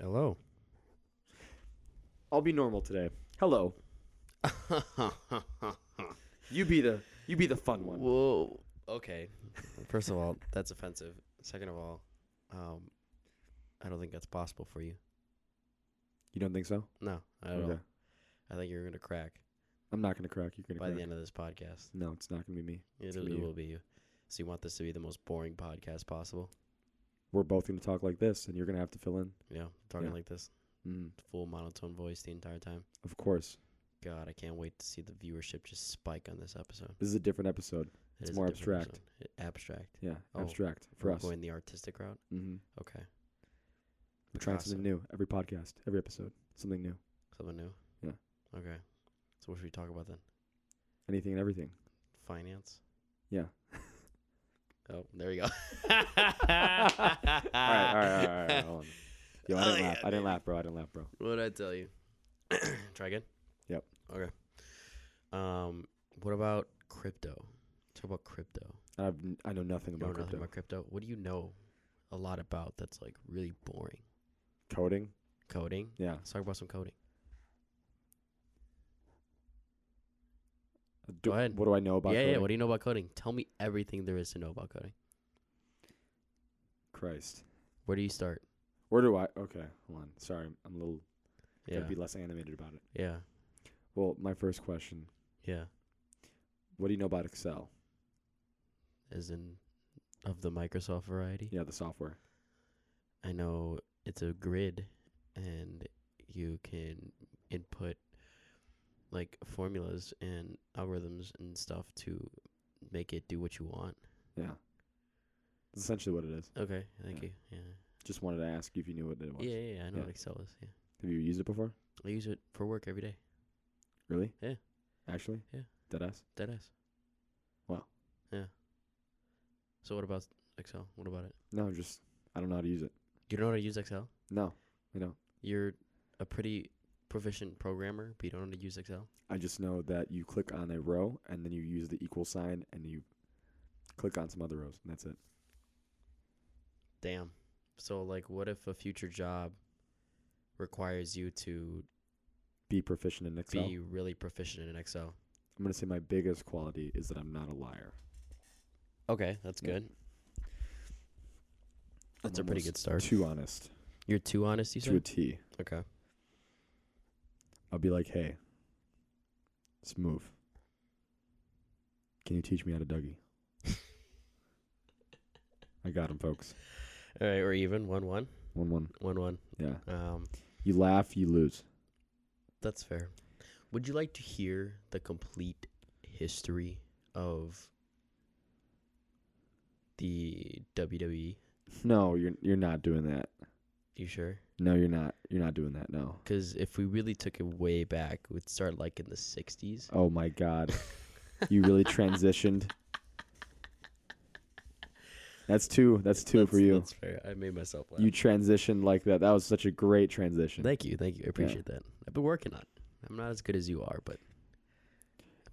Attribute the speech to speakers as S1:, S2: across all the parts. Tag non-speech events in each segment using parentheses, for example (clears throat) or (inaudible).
S1: Hello.
S2: I'll be normal today. (laughs) Hello. You be the you be the fun one.
S1: Whoa. Okay. First of all, that's offensive. Second of all, um, I don't think that's possible for you.
S2: You don't think so?
S1: No, I don't. know. I think you're gonna crack
S2: I'm not gonna crack. You're gonna
S1: by
S2: crack.
S1: the end of this podcast.
S2: No, it's not gonna be me.
S1: It,
S2: gonna
S1: it
S2: be you.
S1: will be you. So you want this to be the most boring podcast possible?
S2: We're both gonna talk like this, and you're gonna have to fill in.
S1: Yeah, talking
S2: Yeah.
S1: like this,
S2: Mm,
S1: full monotone voice the entire time.
S2: of course,
S1: God, I can't wait to see the viewership just spike on this episode.
S2: this is a different episode.
S1: It
S2: It's
S1: is a
S2: more
S1: different
S2: abstract.
S1: episode. It- abstract.
S2: Yeah,
S1: Oh,
S2: abstract for
S1: We're
S2: us.
S1: going the artistic route.
S2: Mm-hmm.
S1: Okay,
S2: We're trying
S1: Picasso.
S2: something new every podcast, every episode, something new,
S1: something new.
S2: Yeah.
S1: Okay. So what should we talk about then?
S2: anything and everything.
S1: Finance.
S2: Yeah.
S1: Oh, there you go. (laughs)
S2: all right, all right, all right, all right.
S1: (laughs)
S2: Hold on. Yo, I
S1: Ah. Oh,
S2: didn't
S1: yeah,
S2: laugh. I
S1: baby.
S2: didn't laugh, bro. I didn't laugh, bro.
S1: What did I tell you? (clears throat) Try again.
S2: Yep.
S1: Okay. Um, what about crypto? Talk about crypto.
S2: I've, I know nothing
S1: You know
S2: about crypto.
S1: nothing about crypto. What do you know a lot about that's like really boring?
S2: Coding.
S1: Coding.
S2: Yeah.
S1: Let's talk about some coding.
S2: Do-
S1: ahead.
S2: What do I know about?
S1: yeah,
S2: coding?
S1: yeah. What do you know about coding? Tell me everything there is to know about coding.
S2: Christ.
S1: Where do you start?
S2: Where do I? Okay, hold on. Sorry, I'm a little.
S1: Yeah.
S2: Gotta be less animated about it.
S1: Yeah.
S2: Well, my first question:
S1: Yeah.
S2: What do you know about Excel?
S1: As in, of the Microsoft variety.
S2: Yeah, the software.
S1: I know it's a grid and you can input like formulas and algorithms and stuff to make it do what you want.
S2: Yeah. That's essentially what it is.
S1: Okay, thank
S2: Yeah.
S1: you. Yeah.
S2: Just wanted to ask you if you knew what it was.
S1: Yeah, yeah, yeah, I know
S2: Yeah.
S1: what Excel is. Yeah.
S2: Have you used it before?
S1: I use it for work every day.
S2: Really?
S1: Yeah.
S2: Actually?
S1: Yeah.
S2: Deadass?
S1: Dead ass.
S2: Wow.
S1: Yeah. So what about Excel? What about it?
S2: No, just I don't know how to use it.
S1: You don't know how to use Excel?
S2: No, I don't.
S1: You're a pretty proficient programmer, but you don't know how to use Excel?
S2: I just know that you click on a row and then you use the equal sign and you click on some other rows and that's it.
S1: Damn. So like what if a future job requires you to
S2: Be proficient in Excel.
S1: be really proficient in Excel?
S2: I'm gonna say my biggest quality is that I'm not a liar.
S1: Okay, that's
S2: Yeah.
S1: good. That's
S2: I'm
S1: a pretty
S2: almost
S1: good start.
S2: Too honest.
S1: You're too honest, you
S2: To a
S1: said?
S2: T.
S1: Okay. (laughs)
S2: I'll be like, hey, let's move. Can you teach me how to Dougie? I got him, folks.
S1: All right, we're even. One one.
S2: One one.
S1: One one.
S2: Yeah.
S1: Um
S2: You laugh, you lose. (laughs)
S1: that's fair. Would you like to hear the complete history of the WWE?
S2: No, you're you're not doing that.
S1: You sure?
S2: No, you're not. You're not doing that. No.
S1: Because if we really took it way back, we'd start like in the 60s.
S2: Oh my God, you
S1: (laughs)
S2: really transitioned. That's two. That's two for
S1: That's-
S2: you.
S1: That's fair. I made myself laugh.
S2: You transitioned like that. That was such a great transition.
S1: Thank you, thank you. I appreciate that. I've been working on. it. I'm not as good as you are, but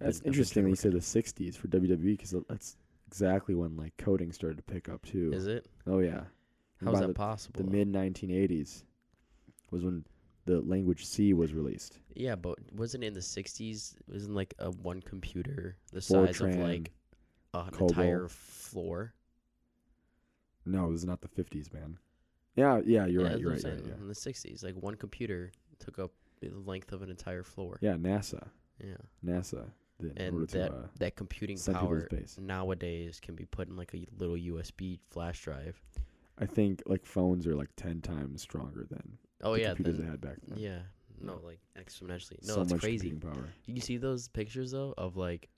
S2: That's
S1: I've been- I've been
S2: interesting. That you
S1: trying
S2: said
S1: to
S2: the '60s for WWE because that's exactly when like coding started to pick up too.
S1: work on it. Is it?
S2: Oh yeah. And
S1: How's
S2: by
S1: that
S2: the,
S1: possible?
S2: The mid 1980s was when the language C was released.
S1: yeah, but wasn't it in the '60s? Wasn't like a one computer the size
S2: Fortran.
S1: of like an
S2: COBOL.
S1: entire floor?
S2: No, this is not the 50s, man. Yeah, yeah, you're right. You're
S1: Yeah, that's what
S2: right.
S1: I'm
S2: You're right
S1: saying,
S2: yeah.
S1: In the '60s, like one computer took up the length of an entire floor.
S2: yeah, NASA,
S1: Yeah,
S2: NASA. Did in order
S1: and
S2: to
S1: that
S2: uh,
S1: that computing
S2: send people to
S1: power
S2: space.
S1: nowadays can be put in like a little USB flash drive.
S2: I think like phones are like 10 times stronger than
S1: Oh
S2: the
S1: yeah,
S2: computers
S1: then-
S2: they had back then.
S1: yeah. No, like exponentially. No,
S2: so
S1: that's
S2: much
S1: crazy.
S2: computing power.
S1: You see those pictures though of like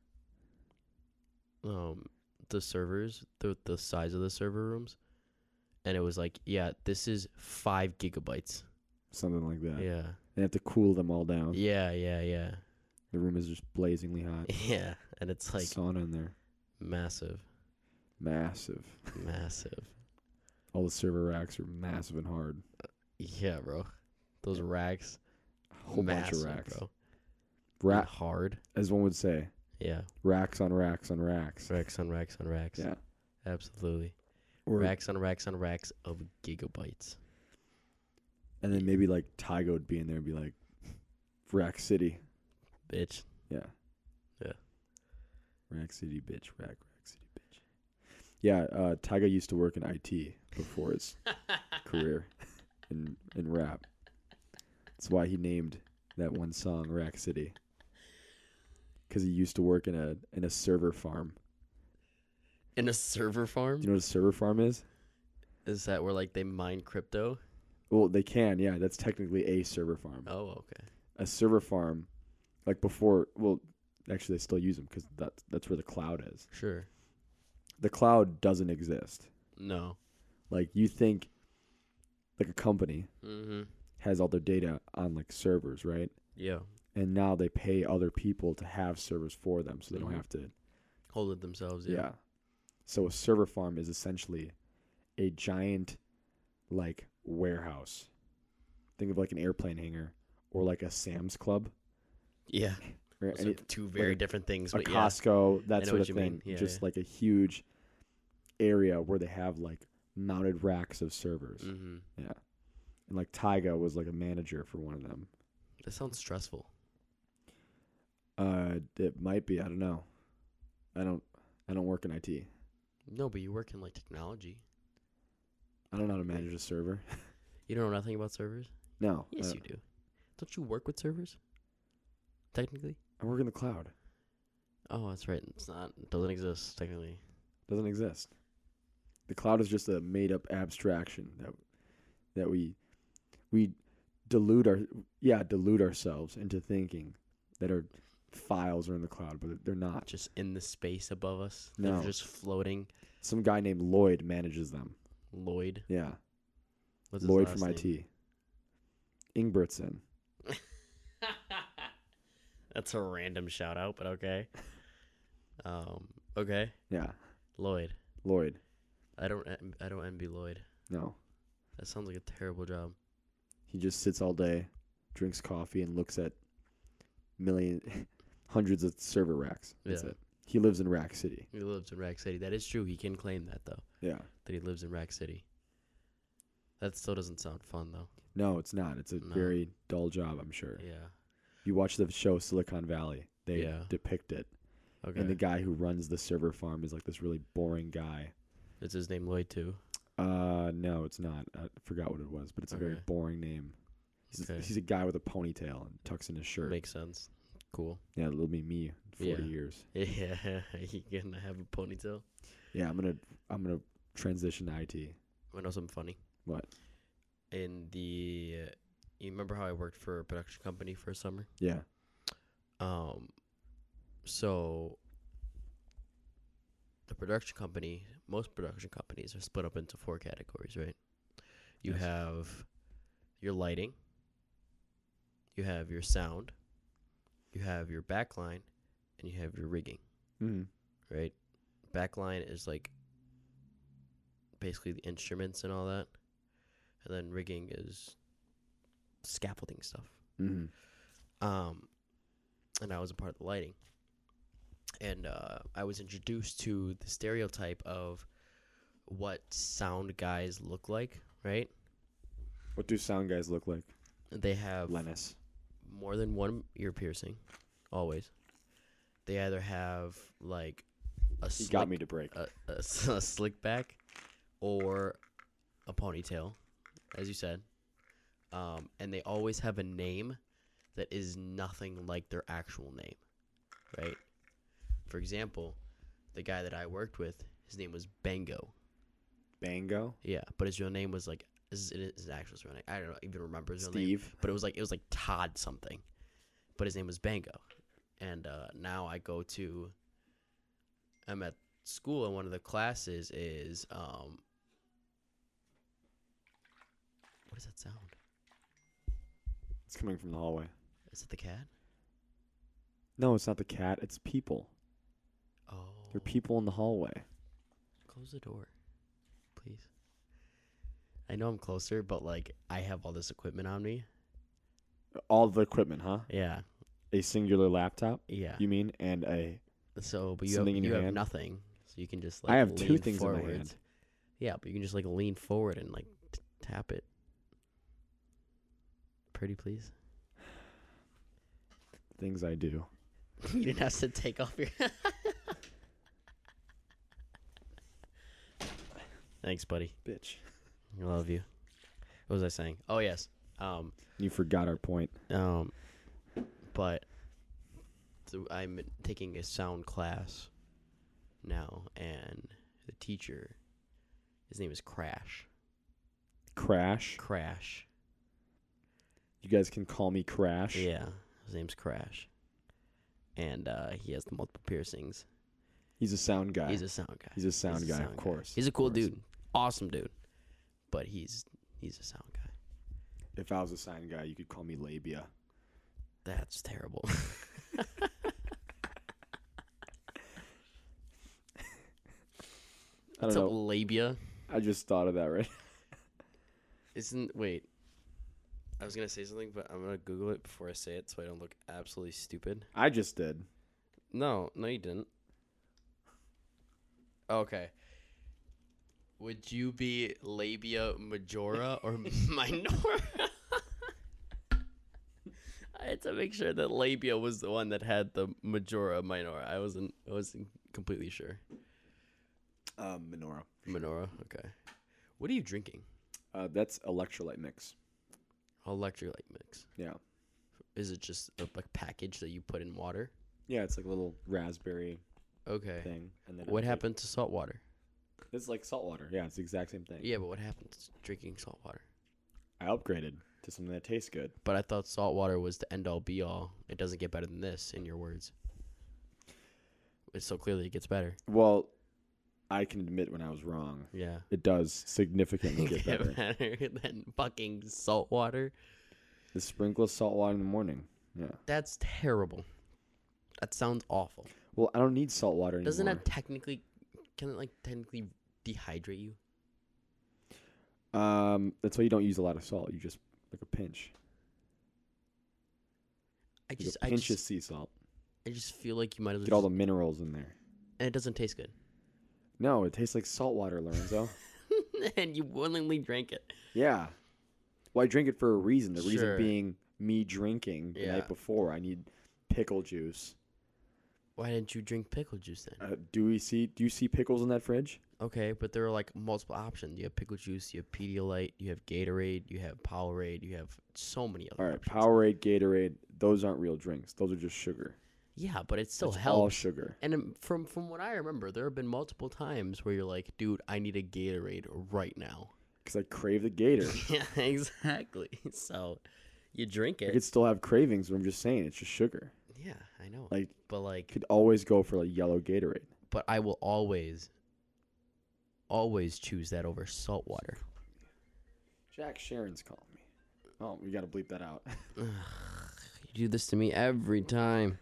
S1: um the servers, the the size of the server rooms. And it was like, yeah, this is five gigabytes.
S2: Something like that.
S1: Yeah.
S2: They have to cool them all down.
S1: Yeah, yeah, yeah.
S2: The room is just blazingly hot.
S1: Yeah. And it's (laughs) like
S2: sauna in there.
S1: massive.
S2: Massive.
S1: Massive.
S2: All the server racks are massive and hard.
S1: Yeah, bro. Those racks.
S2: A whole
S1: massive,
S2: bunch of racks.
S1: bro.
S2: Ra-
S1: And hard.
S2: as one would say,
S1: Yeah.
S2: racks on racks on racks.
S1: Racks on racks on racks.
S2: Yeah.
S1: Absolutely.
S2: Or
S1: Racks on racks on racks of gigabytes.
S2: and then maybe like Tygo would be in there and be like, Rack City.
S1: bitch.
S2: Yeah.
S1: Yeah.
S2: Rack City bitch. Rack Rack City bitch. Yeah, uh Tyga used to work in IT before his career in in rap. That's why he named that one song Rack City. Cause he used to work in a in a server farm.
S1: In a server farm?
S2: Do you know what a server farm is?
S1: Is that where like they mine crypto?
S2: Well, they can, yeah. That's technically a server farm.
S1: Oh, okay.
S2: a server farm, like before. Well, actually, they still use them because that that's where the cloud is.
S1: Sure.
S2: The cloud doesn't exist.
S1: No.
S2: Like you think, like a company
S1: Mm-hmm.
S2: has all their data on like servers, right?
S1: Yeah.
S2: And now they pay other people to have servers for them, so they
S1: Mhm.
S2: don't have to.
S1: Hold it themselves.
S2: Yeah.
S1: Yeah.
S2: So a server farm is essentially a giant, like warehouse. Think of like an airplane hangar or like a Sam's Club.
S1: Yeah.
S2: or
S1: Those
S2: any-
S1: are two very
S2: a-
S1: different things,
S2: a
S1: but yeah.
S2: Costco,
S1: know
S2: that sort
S1: what
S2: of
S1: you
S2: thing.
S1: mean. Yeah,
S2: just
S1: yeah.
S2: like a huge area where they have like mounted racks of servers.
S1: Mm-hmm.
S2: And like Tyga was like a manager for one of them.
S1: That sounds stressful.
S2: Uh, it might be. I don't know. I don't. I don't work in IT.
S1: No, but you work in like technology.
S2: I don't know how to manage a server. (laughs)
S1: You don't know nothing about servers?
S2: No.
S1: Yes,
S2: uh,
S1: you do. Don't you work with servers? Technically?
S2: I work in the cloud.
S1: Oh, that's right. It's not. It doesn't exist technically.
S2: doesn't exist. The cloud is just a made up abstraction that that we we delude our yeah delude ourselves into thinking that our files are in the cloud, but they're not.
S1: Just in the space above us.
S2: No.
S1: They're just floating.
S2: Some guy named Lloyd manages them.
S1: Lloyd.
S2: Yeah,
S1: What's his
S2: Lloyd
S1: last
S2: from
S1: name? (laughs)
S2: IT. Ingbertson.
S1: That's a random shout out, but okay. Um. Okay.
S2: Yeah,
S1: Lloyd.
S2: Lloyd.
S1: I don't. en- I don't envy Lloyd.
S2: No,
S1: That sounds like a terrible job.
S2: he just sits all day, drinks coffee, and looks at million (laughs) hundreds of server racks. That's
S1: Yeah.
S2: it. He lives in Rack City.
S1: He lives in Rack City. That is true. He can claim that though.
S2: Yeah.
S1: That he lives in Rack City. That still doesn't sound fun though.
S2: No, it's not. It's a
S1: No.
S2: very dull job, I'm sure.
S1: Yeah.
S2: You watch the show Silicon Valley. They
S1: Yeah.
S2: depict it.
S1: Okay.
S2: And the guy who runs the server farm is like this really boring guy.
S1: It's his name Lloyd too.
S2: Uh no, it's not. I forgot what it was, but it's a very
S1: Okay.
S2: boring name. He's,
S1: Okay.
S2: he's a guy with a ponytail and tucks in his shirt.
S1: Makes sense. Cool. (laughs)
S2: yeah, it'll be me in 40
S1: Yeah.
S2: years.
S1: Yeah. you gonna have a ponytail?
S2: Yeah, I'm going to I'm going to transition to IT.
S1: I know something funny.
S2: What?
S1: In the, uh, you remember how I worked for a production company for a summer?
S2: Yeah.
S1: Um, so the production company, most production companies are split up into four categories, right? You
S2: Yes.
S1: have your lighting, you have your sound, you have your backline, and you have your rigging,
S2: Mm.
S1: Mm-hmm. right? Backline is like basically the instruments and all that, and then rigging is scaffolding stuff.
S2: Mm-hmm.
S1: Um, and I was a part of the lighting. And uh, I was introduced to the stereotype of what sound guys look like, right?
S2: What do sound guys look like?
S1: They have
S2: Lennis.
S1: more than one ear piercing, always. They either have like a
S2: He
S1: slick,
S2: got me to break.
S1: a, a (laughs) s- a slick back or a ponytail, as you said. Um, and they always have a name that is nothing like their actual name, right? For example, the guy that I worked with, his name was Bango.
S2: Bango?
S1: Yeah, but his real name was like his, his actual real name. I don't know, even remember his real name
S2: Steve.
S1: but it was like it was like Todd something, but his name was Bango, and uh, now I go to. I'm at school and one of the classes is um. What is that sound?
S2: It's coming from the hallway.
S1: Is it the cat?
S2: No, it's not the cat. It's people.
S1: Oh,
S2: There are people in the hallway.
S1: close the door, please. I know I'm closer, but like I have all this equipment on me.
S2: All the equipment, huh?
S1: Yeah,
S2: A singular laptop,
S1: yeah.
S2: you mean, and a.
S1: so, but you have,
S2: Something in
S1: you
S2: your
S1: have
S2: hand?
S1: nothing, so you can just like
S2: I have two
S1: lean
S2: things in my
S1: forward.
S2: hand.
S1: Yeah, but you can just like lean forward and like t- tap it. pretty please? (laughs)
S2: Things I do.
S1: you didn't have to take off your. (laughs) Thanks, buddy.
S2: Bitch.
S1: I love you. What was I saying? Oh yes. Um.
S2: You forgot our point.
S1: Um. But so I'm taking a sound class now, and the teacher, his name is Crash.
S2: Crash.
S1: Crash.
S2: You guys can call me Crash.
S1: Yeah, his name's Crash, and uh, he has the multiple piercings.
S2: He's a sound guy.
S1: He's a sound guy.
S2: He's a sound
S1: He's a
S2: guy,
S1: sound
S2: of
S1: guy.
S2: course.
S1: He's a cool
S2: Of course.
S1: dude, awesome dude, but he's he's a sound guy.
S2: If I was a sound guy, you could call me labia.
S1: That's
S2: (laughs)
S1: terrible.
S2: I don't
S1: What's up,
S2: know.
S1: labia?
S2: I just thought of that right. (laughs)
S1: Isn't wait. I was gonna say something, but I'm gonna Google it before I say it so I don't look absolutely stupid.
S2: I just did.
S1: No, no, you didn't. Okay. Would you be labia majora (laughs) or minora? I had to make sure that labia was the one that had the majora minora. I wasn't. I wasn't completely sure.
S2: Um, Minora.
S1: Minora. Okay. What are you drinking?
S2: Uh, that's electrolyte mix.
S1: Electrolyte mix.
S2: Yeah.
S1: Is it just a like package that you put in water?
S2: Yeah, it's like a little raspberry
S1: Okay.
S2: thing. And then
S1: What
S2: I put-
S1: happened to salt water?
S2: It's like salt water. Yeah, it's the exact same thing.
S1: Yeah, but what happened to drinking salt water?
S2: I upgraded to something that tastes good.
S1: But I thought salt water was the end all be all. It doesn't get better than this, in your words. It's so clearly it gets better.
S2: Well, I can admit when I was wrong. (laughs)
S1: Yeah.
S2: It does
S1: (laughs)
S2: significantly
S1: Get
S2: get better.
S1: better than fucking salt water.
S2: the sprinkle of salt water in the morning. Yeah.
S1: That's terrible. That sounds awful.
S2: Well, I don't need salt water anymore.
S1: Doesn't that technically can it like technically dehydrate you?
S2: Um, that's why you don't use a lot of salt. You just like a pinch.
S1: I
S2: Like
S1: just
S2: a
S1: I
S2: pinch of
S1: just,
S2: sea salt.
S1: I just feel like you might as well
S2: Get all
S1: just-
S2: the minerals in there.
S1: and it doesn't taste good. (laughs)
S2: No, it tastes like salt water, Lorenzo.
S1: and you willingly drank it.
S2: yeah. Well, I drink it for a reason. The
S1: Sure.
S2: reason being me drinking the
S1: Yeah.
S2: night before. I need pickle juice.
S1: Why didn't you drink pickle juice then?
S2: Uh, do we see? Do you see pickles in that fridge?
S1: Okay, but there are like multiple options. You have pickle juice, you have Pedialyte, you have Gatorade, you have Powerade, you have so many other
S2: All right,
S1: options.
S2: Powerade, Gatorade. Those aren't real drinks. Those are just sugar.
S1: Yeah, but it still
S2: It's all
S1: helps.
S2: sugar.
S1: and um, from from what I remember, there have been multiple times where you're like, "Dude, I need a Gatorade right now." (laughs)
S2: Because I crave the Gator.
S1: yeah, exactly. (laughs) So you drink
S2: I
S1: it.
S2: could still have cravings, but I'm just saying it's just sugar.
S1: yeah, I know.
S2: Like
S1: but like,
S2: could always go for like yellow Gatorade.
S1: but I will always, always choose that over salt water.
S2: Jack Sharon's calling me. Oh, we gotta bleep that out. (laughs)
S1: You do this to me every time.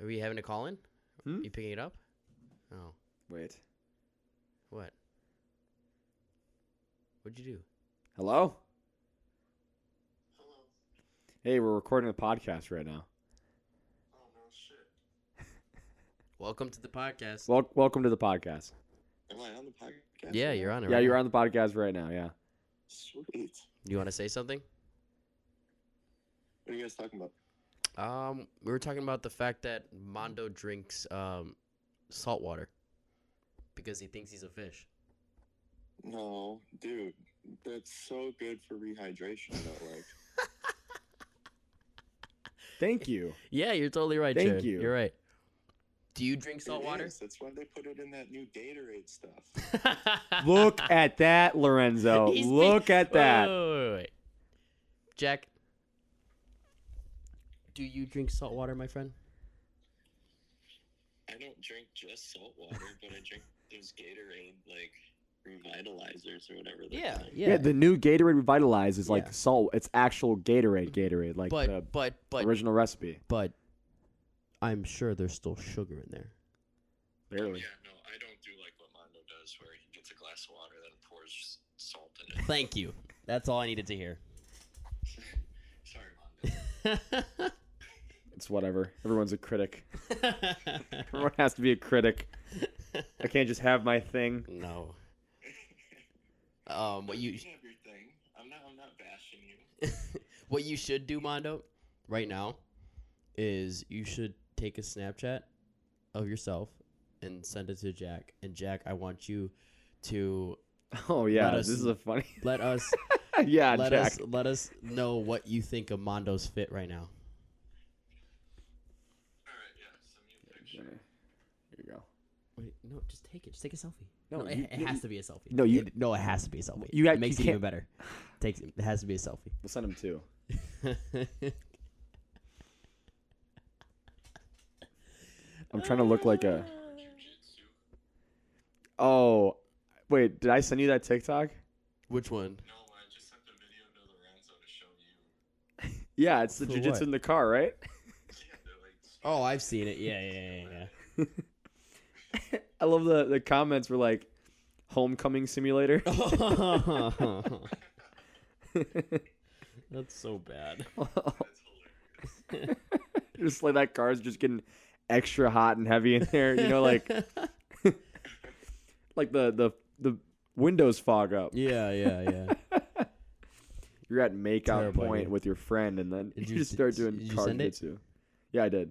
S1: Are we having a call in?
S2: Hmm?
S1: You picking it up? Oh,
S2: Wait.
S1: what? What'd you do?
S2: Hello? Hello. Hey, we're recording a podcast right now.
S3: Oh,
S1: Welcome to the podcast.
S2: Wel- welcome to the podcast.
S3: Am I on the podcast?
S1: yeah,
S3: right
S1: you're
S3: now?
S1: on it.
S2: Yeah,
S1: right
S2: you're
S1: now.
S2: on the podcast right now. Yeah.
S3: Sweet.
S1: You want to say something?
S3: What are you guys talking about?
S1: Um, we were talking about the fact that Mondo drinks um salt water because he thinks he's a fish.
S3: No, dude, that's so good for rehydration. That like,
S2: Thank
S1: (laughs)
S2: you.
S1: Yeah, you're totally right.
S2: Thank
S1: Jared.
S2: you.
S1: You're right. Do you drink (laughs) salt (laughs)
S3: It
S1: water?
S3: is. That's why they put it in that new Gatorade stuff.
S2: Look at that, Lorenzo.
S1: (laughs) He's being-
S2: Look at that.
S1: Wait, wait, wait, wait, wait. Jack, do you drink salt water, my friend?
S3: I don't drink just salt water, but I drink those Gatorade like revitalizers or whatever. they're
S1: Yeah,
S3: called.
S1: yeah.
S2: Yeah. the new Gatorade Revitalize is like
S1: Yeah.
S2: salt. It's actual Gatorade, Gatorade, like
S1: but,
S2: the
S1: but, but,
S2: original recipe.
S1: but, I'm sure there's still sugar in there.
S2: Barely.
S3: Yeah, no, I don't do like what Mondo does, where he gets a glass of water then pours salt in it. (laughs)
S1: Thank you. That's all I needed to (laughs) hear.
S3: Sorry, Mondo.
S2: It's whatever. Everyone's a critic. (laughs) Everyone has to be a
S1: (laughs)
S2: critic. I can't just have my thing. (laughs)
S1: no. Um, what
S3: But
S1: you?
S3: can have your thing. I'm not. I'm not not bashing you.
S1: (laughs) what you should do, Mondo, right now, is you should take a Snapchat of yourself and send it to Jack. And Jack, I want you to
S2: Oh yeah,
S1: us-
S2: this is a funny. (laughs)
S1: let us
S2: yeah,
S1: let
S2: Jack.
S1: us let us know what you think of Mondo's fit right now.
S3: All right, yeah, send me a
S2: Yeah.
S3: picture.
S2: Here you go.
S1: Wait, no, just take it. Just take a selfie.
S2: No,
S1: No, it,
S2: you-
S1: it
S2: you-
S1: has to be a selfie.
S2: no, you-
S1: It, no, it has to be a selfie.
S2: You
S1: You
S2: got-
S1: it makes
S2: you
S1: it even
S2: can't- (sighs)
S1: better. Takes it has to be a selfie.
S2: We'll send him two. I'm trying to look like
S1: (laughs)
S2: a.
S3: Jiu-jitsu.
S2: Oh, wait, did I send you that TikTok?
S1: (laughs) Which one?
S3: No, I just sent a video to Lorenzo to show you.
S2: Yeah, it's the
S1: For
S2: jujitsu
S1: what?
S2: in the car, right?
S3: Yeah, they're like.
S1: Oh, I've seen it. Yeah, yeah, yeah, yeah.
S2: I love the the comments were like, homecoming
S1: (laughs)
S2: simulator. (laughs)
S1: That's so bad.
S3: That's hilarious.
S2: just like that car's just getting extra hot and heavy in there. You know, like like the the the windows fog up.
S1: (laughs) yeah, yeah, yeah.
S2: You're at makeout
S1: Terrible
S2: point
S1: idea.
S2: with your friend, and then (laughs)
S1: Did
S2: you
S1: you
S2: just
S1: s-
S2: start
S1: s-
S2: doing
S1: did you
S2: car
S1: send it?
S2: jujitsu. Yeah, I did.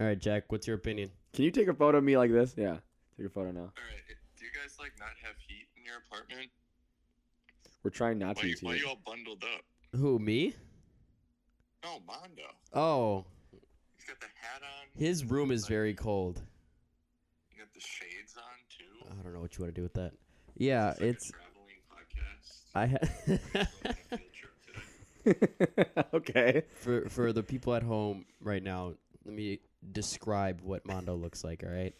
S1: All right, Jack. What's your opinion?
S2: Can you take a photo of me like this? Yeah, take a photo now.
S3: All right, do you guys like not have heat in your apartment?
S2: We're trying not
S3: Why,
S2: to.
S3: you-
S2: Tia.
S3: why you all bundled up?
S1: Who me?
S3: No, Mondo.
S1: Oh,
S3: He's got the hat on.
S1: his room is very cold.
S3: You got the shades on too.
S1: I don't know what you want to do with that. Uh, Yeah,
S3: It's like
S1: it's
S3: a traveling podcast.
S1: I
S3: Going on
S1: ha- (laughs)
S3: a field trip today.
S2: okay.
S1: for for the people at home right now, let me describe what Mondo looks like, all right?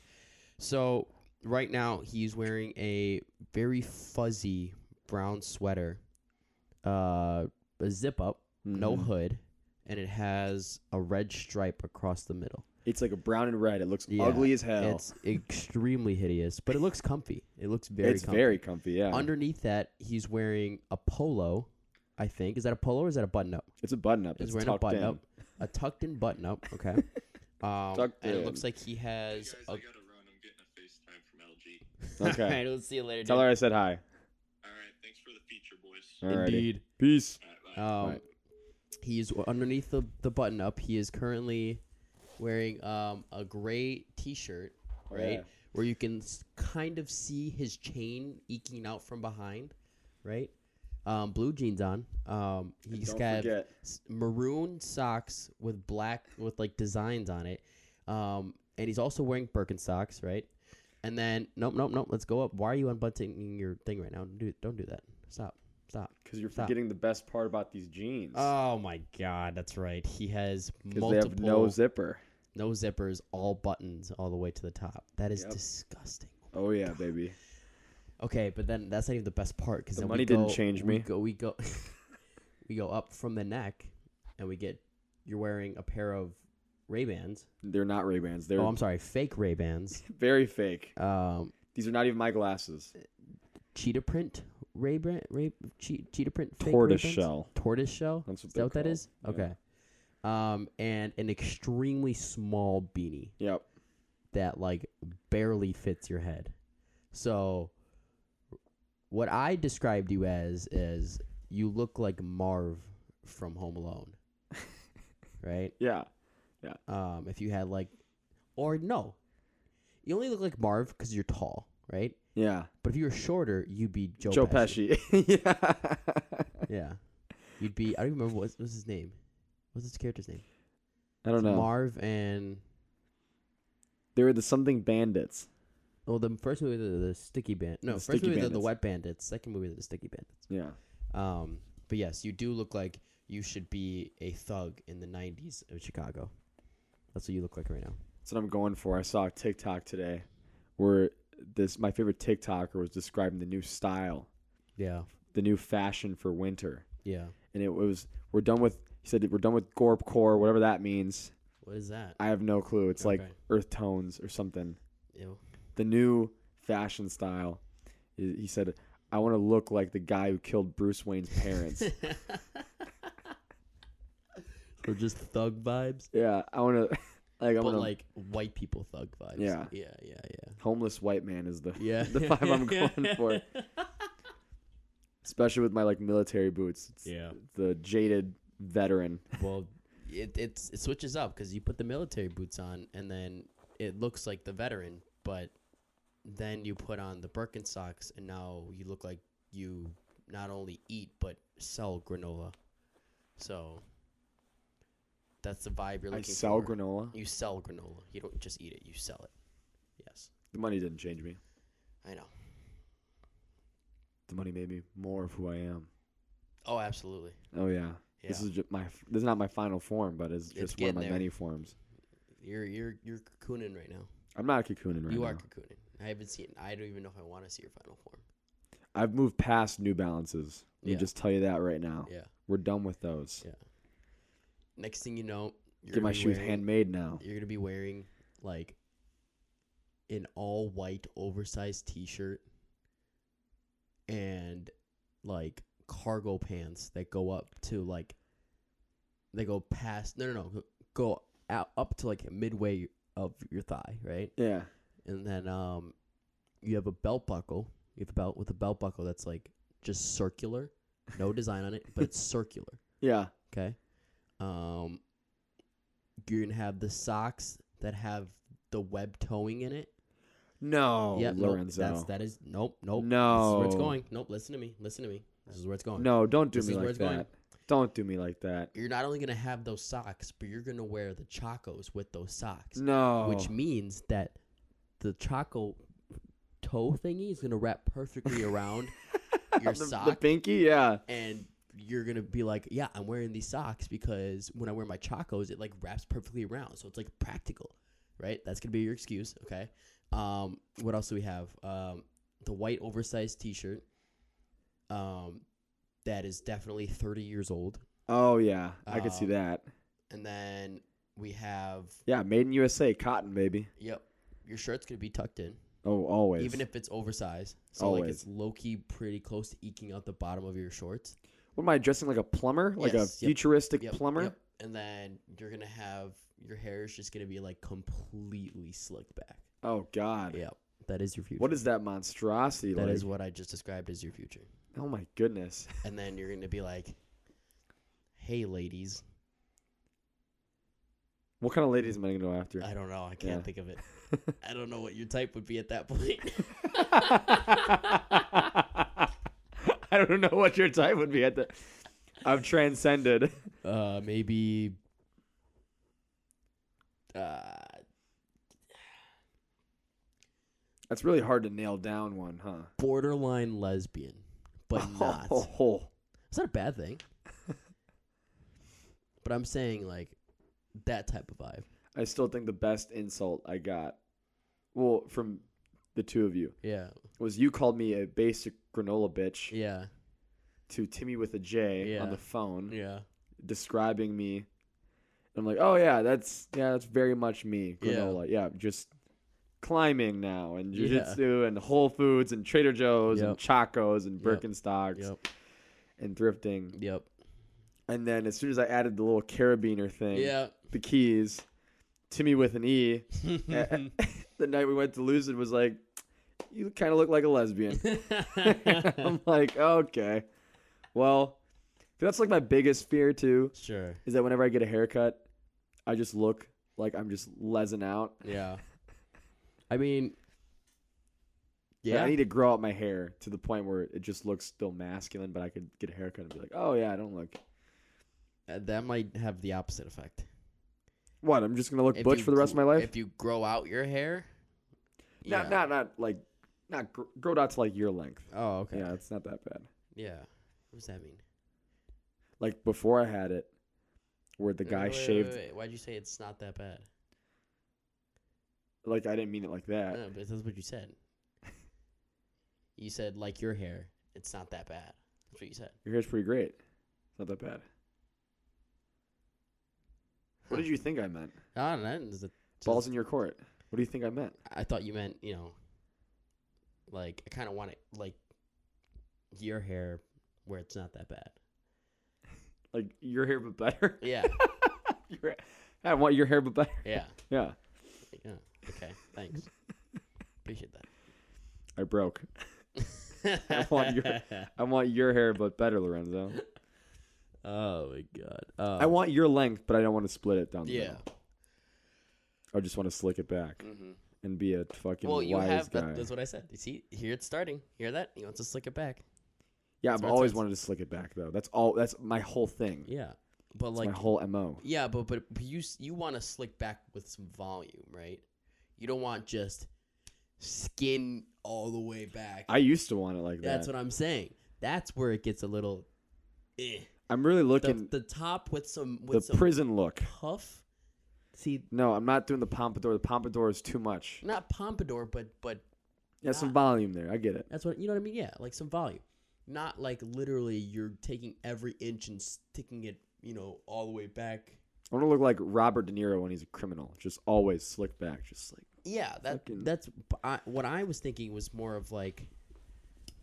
S1: So, right now he's wearing a very fuzzy brown sweater. Uh a zip up, no
S2: Mhm.
S1: hood, and it has a red stripe across the middle.
S2: It's like a brown and red. It looks
S1: Yeah,
S2: ugly as hell. It's
S1: It's extremely hideous, but it looks comfy. It looks very
S2: very, comfy.
S1: comfy.
S2: Yeah,
S1: Underneath that, he's wearing a polo, I think. Is that a polo or is that a button up?
S2: it's a button up.
S1: He's
S2: It's
S1: wearing
S2: tucked
S1: a button
S2: in.
S1: up, a tucked in button up.
S2: (laughs)
S1: Okay. Um,
S2: Tucked
S1: and
S2: in.
S1: it looks like he
S3: Hey
S1: has.
S3: guys,
S1: A...
S3: I gotta run. I'm getting a FaceTime from
S2: (laughs)
S3: LG.
S2: Okay.
S1: (laughs) All right, we'll see you later.
S2: Tell her I said hi.
S3: All right, thanks for the feature, boys.
S2: All
S1: dude.
S2: right.
S1: Indeed.
S2: Peace.
S3: All right, bye.
S1: Um,
S2: Right.
S1: He's underneath the, the button up. He is currently wearing um, a gray t shirt,
S2: Oh,
S1: right?
S2: yeah.
S1: Where you can s- kind of see his chain eking out from behind, right? Um, blue jeans on. Um, he's
S2: Don't
S1: got
S2: forget.
S1: s- maroon socks with black with like designs on it. Um, and he's also wearing Birkenstocks, right? And then nope, nope, nope. Let's go up. Why are you unbuttoning your thing right now? Do don't do that. Stop. Stop.
S2: Because you're
S1: Stop.
S2: forgetting the best part about these jeans.
S1: Oh my god, that's right. He has
S2: Because
S1: multiple
S2: they have no
S1: no,
S2: zipper.
S1: zippers, all buttons all the way to the top. That is
S2: Yep.
S1: disgusting.
S2: Oh yeah, baby.
S1: Okay, but then that's not even the best part because
S2: The
S1: then
S2: money
S1: we
S2: didn't
S1: go-
S2: change
S1: we
S2: me.
S1: Go, we go, (laughs) we go up from the neck, and we get you're wearing a pair of Ray Bans.
S2: They're not Ray Bans. They're
S1: Oh, I'm sorry, fake Ray Bans.
S2: very fake.
S1: Um,
S2: These are not even my glasses.
S1: cheetah print Ray Ban, Ray che- cheetah print fake
S2: Tortoise
S1: Ray-Bans?
S2: shell.
S1: tortoise shell.
S2: That's what
S1: Is that
S2: they're
S1: what that
S2: called.
S1: is?
S2: Yeah.
S1: Okay. Um, and an extremely small beanie
S2: Yep.
S1: that like barely fits your head. So, what I described you as is you look like Marv from Home Alone, right?
S2: Yeah.
S1: Um, if you had like, or no, you only look like Marv because you're tall, right?
S2: Yeah.
S1: But if you were shorter, you'd be Joe,
S2: Joe
S1: Pesci.
S2: Pesci. (laughs) yeah.
S1: (laughs) Yeah. You'd be. I don't even remember what's, what's his name. What's his character's name?
S2: I don't know.
S1: Marv and
S2: they were the something bandits.
S1: well, the first movie the, the Sticky Band. No,
S2: The
S1: first
S2: Sticky
S1: movie the, the
S2: Bandits.
S1: Wet Bandits. Second movie the Sticky Bandits.
S2: Yeah.
S1: Um, but yes, you do look like you should be a thug in the '90s of Chicago. That's what you look like right now.
S2: That's what I'm going for. I saw a TikTok today where this my favorite TikToker was describing the new style,
S1: Yeah.
S2: the new fashion for winter.
S1: Yeah.
S2: And it was we're done with he said we're done with Gorp Core, whatever that means.
S1: What is that?
S2: I have no clue. It's like
S1: Okay.
S2: earth tones or something.
S1: Ew.
S2: The new fashion style. He he said, I want to look like the guy who killed Bruce Wayne's parents.
S1: (laughs) Or just thug vibes,
S2: yeah. I want to (laughs) like I'm
S1: but
S2: gonna
S1: like white people thug vibes.
S2: Yeah.
S1: Yeah. Yeah. Yeah. (laughs)
S2: homeless white man is (laughs) the
S1: Yeah.
S2: the vibe I'm going for. especially with my like military boots. It's
S1: Yeah.
S2: the jaded veteran.
S1: Well, it it's, it switches up because you put the military boots on, and then it looks like the veteran, but then you put on the Birkenstocks, and now you look like you not only eat but sell granola. So that's the vibe you're
S2: I
S1: looking
S2: sell
S1: for.
S2: granola.
S1: You sell granola. You don't just eat it. You sell it. Yes,
S2: The money didn't change me.
S1: I know.
S2: The money made me more of who I am.
S1: Oh, absolutely.
S2: Oh yeah.
S1: Yeah,
S2: This is just my. This is not my final form, but it's
S1: It's
S2: just one of
S1: getting
S2: my
S1: there.
S2: many forms.
S1: you're you're you're cocooning right now.
S2: I'm not cocooning right
S1: you
S2: now.
S1: are cocooning. I haven't seen. I don't even know if I want to see your final form.
S2: I've moved past New Balances. Let
S1: Yeah.
S2: me just tell you that right now.
S1: Yeah.
S2: We're done with those.
S1: Yeah. Next thing you know, you're
S2: Get my
S1: gonna be
S2: shoes
S1: wearing-
S2: handmade now.
S1: You're gonna be wearing like an all white oversized T-shirt and like cargo pants that go up to like they go past no no no go out up to like midway of your thigh right
S2: Yeah.
S1: and then um you have a belt buckle you have a belt with a belt buckle that's like just circular no design on it but it's circular
S2: Yeah.
S1: Okay. Um, you're gonna have the socks that have the web towing in it.
S2: No,
S1: Yep, nope,
S2: Oh, Lorenzo.
S1: that's that is nope, nope. This is
S2: No.
S1: where it's going. Nope. Listen to me. Listen to me. This is where it's going.
S2: No, don't do
S1: This
S2: me
S1: is where
S2: like
S1: it's
S2: that.
S1: going.
S2: Don't do me like that.
S1: You're not only gonna have those socks, but you're gonna wear the chacos with those socks,
S2: No.
S1: which means that the choco toe thingy is gonna wrap
S2: (laughs)
S1: perfectly around, your
S2: Uh, the, The
S1: sock.
S2: pinky, yeah.
S1: and you're gonna be like, yeah, I'm wearing these socks because when I wear my chacos, it like wraps perfectly around, so it's like practical, right? That's gonna be your excuse, okay? Um, what else do we have? Um, the white oversized T-shirt, um, that is definitely 30 years old,
S2: Oh yeah, I could see
S1: Um,
S2: that.
S1: and then we have,
S2: Yeah, made in USA, cotton baby.
S1: yep, your shirt's gonna be tucked in,
S2: Oh, always.
S1: even if it's oversized, so like it's low key pretty close to eking out the bottom of your shorts.
S2: what am I dressing like a plumber, like
S1: Yes,
S2: a
S1: yep,
S2: futuristic
S1: Yep,
S2: plumber?
S1: yep. And then you're gonna have your hair is just gonna be like completely slicked back.
S2: Oh God,
S1: Yep, that is your future.
S2: what is that monstrosity
S1: That
S2: like?
S1: is what I just described as your future.
S2: oh my goodness. (laughs)
S1: And then you're gonna be like, "Hey, ladies,
S2: What kind of ladies am I gonna go after?
S1: I don't know. I can't
S2: Yeah. (laughs)
S1: think of it. I don't know what your type would be at that point. (laughs) Uh,
S2: (laughs) I don't know what your type would be at the. I've transcended. (laughs)
S1: uh, maybe, uh,
S2: That's really hard to nail down one, huh?
S1: borderline lesbian,
S2: (laughs)
S1: but not."
S2: Oh,
S1: It's not a
S2: (laughs)
S1: bad thing. but I'm saying like that type of vibe.
S2: I still think the best insult I got, well, from the two of you,
S1: Yeah.
S2: was you called me a basic granola bitch
S1: Yeah.
S2: to Timmy with a J
S1: Yeah.
S2: on the phone,
S1: Yeah.
S2: describing me. I'm like, oh yeah, that's yeah, that's very much me,
S1: Yeah.
S2: granola. Yeah, just climbing now and jujitsu and Whole Foods and Trader Joe's
S1: Yep.
S2: and Chacos and
S1: Yep.
S2: Birkenstocks
S1: Yep.
S2: and thrifting.
S1: Yep.
S2: And then as soon as I added the little carabiner thing,
S1: Yeah.
S2: the keys, Timmy with an E.
S1: (laughs)
S2: (laughs) the night we went to Lucid was like, you kind of look like a lesbian. I'm like, okay. Well, that's like my biggest fear too,
S1: sure.
S2: is that whenever I get a haircut, I just look like I'm just lezzing out.
S1: Yeah. (laughs) I mean
S2: Like,
S1: Yeah.
S2: I need to grow out my hair to the point where it just looks still masculine, but I could get a haircut and be like, oh yeah, I don't look.
S1: uh, that might have the opposite effect.
S2: What? I'm just gonna look
S1: If
S2: butch
S1: you
S2: for the rest of my
S1: gr-
S2: life?
S1: If you grow out your hair?
S2: Not, not, not like, not gr- grow it out to like your length.
S1: Oh, okay.
S2: Yeah, it's not that bad.
S1: Yeah. What does that mean?
S2: Like before I had it, where the
S1: Wait,
S2: guy
S1: wait, wait,
S2: shaved.
S1: wait, wait. Why'd you say it's not that bad?
S2: Like I didn't mean it like that.
S1: No, but that's what you said. You said like your hair, it's not that bad. That's what you said.
S2: Your hair's pretty great. It's not that bad. What did you think I meant?
S1: I don't know. it's a- it's
S2: Balls
S1: just-
S2: in your court. What do you think I meant?
S1: I thought you meant you know, like I kind of want it like your hair where it's not that bad.
S2: Like your hair but better? (laughs)
S1: Yeah,
S2: Your- I want your hair but better. (laughs)
S1: yeah, (laughs)
S2: Yeah.
S1: yeah. Okay, thanks. Appreciate that.
S2: I broke. (laughs) I want
S1: (laughs)
S2: your- I want your hair, but better, Lorenzo.
S1: Uh. Oh my god. Um,
S2: I want your length, but I don't want to split it down the
S1: Yeah.
S2: middle. I just want to slick it back
S1: hmm
S2: and be a fucking
S1: Well,
S2: wise
S1: you have.
S2: guy.
S1: That, that's what I said. You see, here it's starting. Hear that? He wants to slick it back.
S2: yeah,
S1: that's
S2: I've
S1: what it
S2: always
S1: says.
S2: wanted to slick it back though. That's all. That's my whole thing.
S1: Yeah, but
S2: That's
S1: like,
S2: my whole mo.
S1: yeah, but but but you s- you want to slick back with some volume, right? You don't want just skin all the way back.
S2: I used to want it like
S1: That's
S2: that.
S1: what I'm saying. That's where it gets a little. Eh.
S2: I'm really
S1: The,
S2: looking
S1: the top with some
S2: the,
S1: with some
S2: prison look.
S1: puff. See,
S2: No, I'm not doing the pompadour. The pompadour is too much.
S1: not pompadour, but but
S2: Yeah, some
S1: Nah.
S2: volume there. I get it.
S1: That's what you know what I mean. Yeah, like some volume, not like literally you're taking every inch and sticking it, you know, all the way back.
S2: I want to look like Robert De Niro when he's a criminal. Just always slick back. Just like
S1: Yeah, that
S2: Fucking-
S1: that's I, what I was thinking was more of like,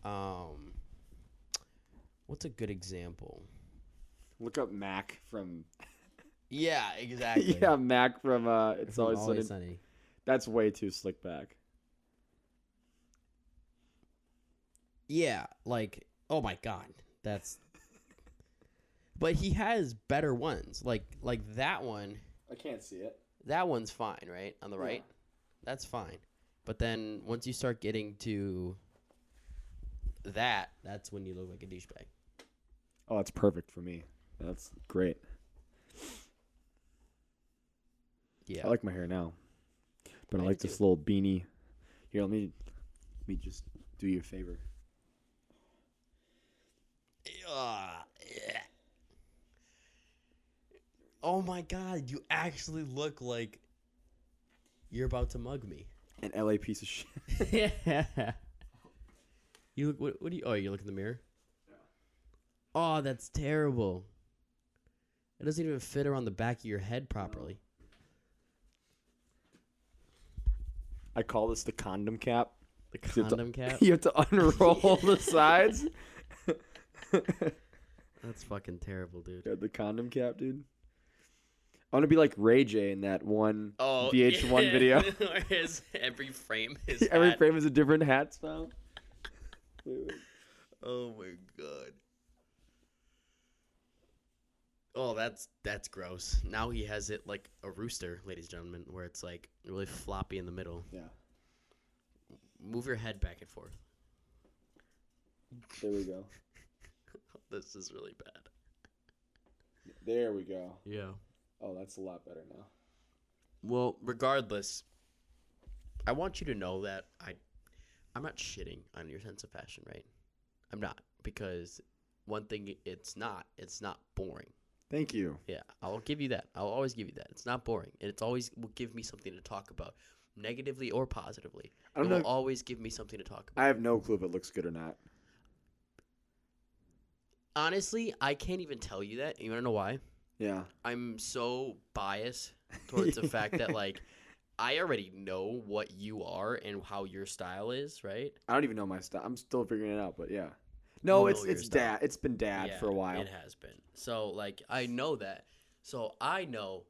S1: um, what's a good example?
S2: look up Mac from
S1: Yeah, exactly.
S2: (laughs) yeah Mac from uh
S1: (laughs)
S2: it's
S1: From
S2: always,
S1: always
S2: Sunny.
S1: sunny.
S2: That's way too slick back.
S1: Yeah, like oh my god, that's. but he has better ones, like like that one.
S2: I can't see it.
S1: that one's fine, right? On the
S2: Yeah.
S1: right, that's fine. But then once you start getting to that, that's when you look like a douchebag.
S2: Oh, that's perfect for me. That's great.
S1: Yeah,
S2: I like my hair now, but I
S1: Mine
S2: like
S1: too.
S2: this little beanie. Here, let me let me just do you a favor.
S1: Ah, yeah. Oh my god, you actually look like you're about to mug me.
S2: An LA piece of shit. (laughs)
S1: yeah. You look. What, what do you? Oh, you look in the mirror. Oh, that's terrible. It doesn't even fit around the back of your head properly.
S2: I call this the condom cap.
S1: The
S2: 'Cause you have to- (laughs)
S1: condom cap.
S2: You have to
S1: (laughs)
S2: unroll the sides.
S1: That's fucking
S2: (laughs)
S1: terrible, dude.
S2: Yeah, the condom cap, dude. I want to be like Ray J in that one
S1: Oh,
S2: VH1 (laughs)
S1: (laughs)
S2: video.
S1: every frame
S2: (laughs) Every frame is a different hat style. Wait, wait.
S1: Oh my god. Oh, that's that's gross. Now he has it like a rooster, ladies and gentlemen, where it's like really floppy in the middle.
S2: Yeah,
S1: Move your head back and forth.
S2: there we go.
S1: This is really bad.
S2: There we go.
S1: Yeah.
S2: Oh, that's a lot better now.
S1: Well, regardless, I want you to know that I I'm not shitting on your sense of fashion, right? I'm not because one thing it's not, it's not boring.
S2: Thank you.
S1: Yeah, I'll give you that. I'll always give you that. It's not boring, and it's always will give me something to talk about, negatively or positively.
S2: I
S1: It
S2: don't know.
S1: will
S2: if-
S1: always give me something to talk about.
S2: I have no clue if it looks good or not.
S1: Honestly, I can't even tell you that. You want to know why?
S2: Yeah.
S1: I'm so biased
S2: (laughs)
S1: towards the fact that like I already know what you are and how your style is, right?
S2: I don't even know my style. I'm still figuring it out, but yeah.
S1: You
S2: No,
S1: know
S2: it's
S1: your
S2: it's
S1: style.
S2: dad. It's been dad for a
S1: Yeah,
S2: while.
S1: It has been. So like I know that. So I know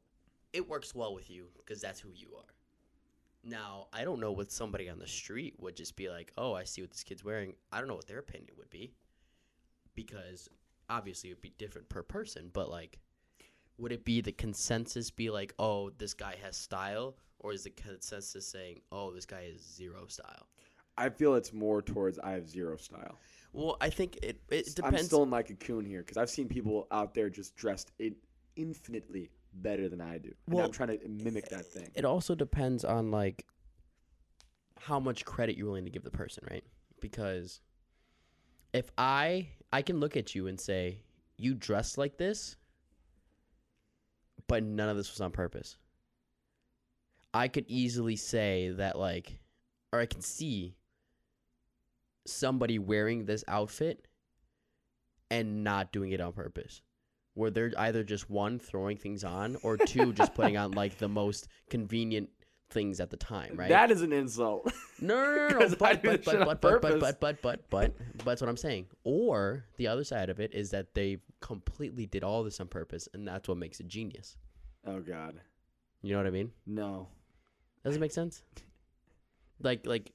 S1: it works well with you because that's who you are. Now I don't know what somebody on the street would just be like, oh, I see what this kid's wearing. I don't know what their opinion would be, because obviously it would be different per person. But like, would it be the consensus be like, oh, this guy has style, or is the consensus saying, oh, this guy has zero style?
S2: I feel it's more towards I have zero style.
S1: Well, I think it it
S2: I'm
S1: depends.
S2: still in my cocoon here because I've seen people out there just dressed in infinitely better than I do. And
S1: Well,
S2: I'm trying to mimic that thing.
S1: it also depends on like how much credit you're willing to give the person, right? Because if I I can look at you and say you dressed like this, but none of this was on purpose. I could easily say that like or I can see somebody wearing this outfit and not doing it on purpose. Where they're either just one throwing things on or two just putting on like the most convenient things at the time, eh, right?
S2: That is an insult. (laughs)
S1: No, no, no, no.
S2: 'Cause
S1: But,
S2: I
S1: but,
S2: do
S1: but,
S2: this shit on
S1: but, but, but,
S2: purpose.
S1: but, but, but, but, that's what I'm saying. Or the other side of it is that they completely did all this on purpose, and that's what makes it genius.
S2: oh God,
S1: You know what I mean?
S2: no.
S1: Does it make sense? Like, like,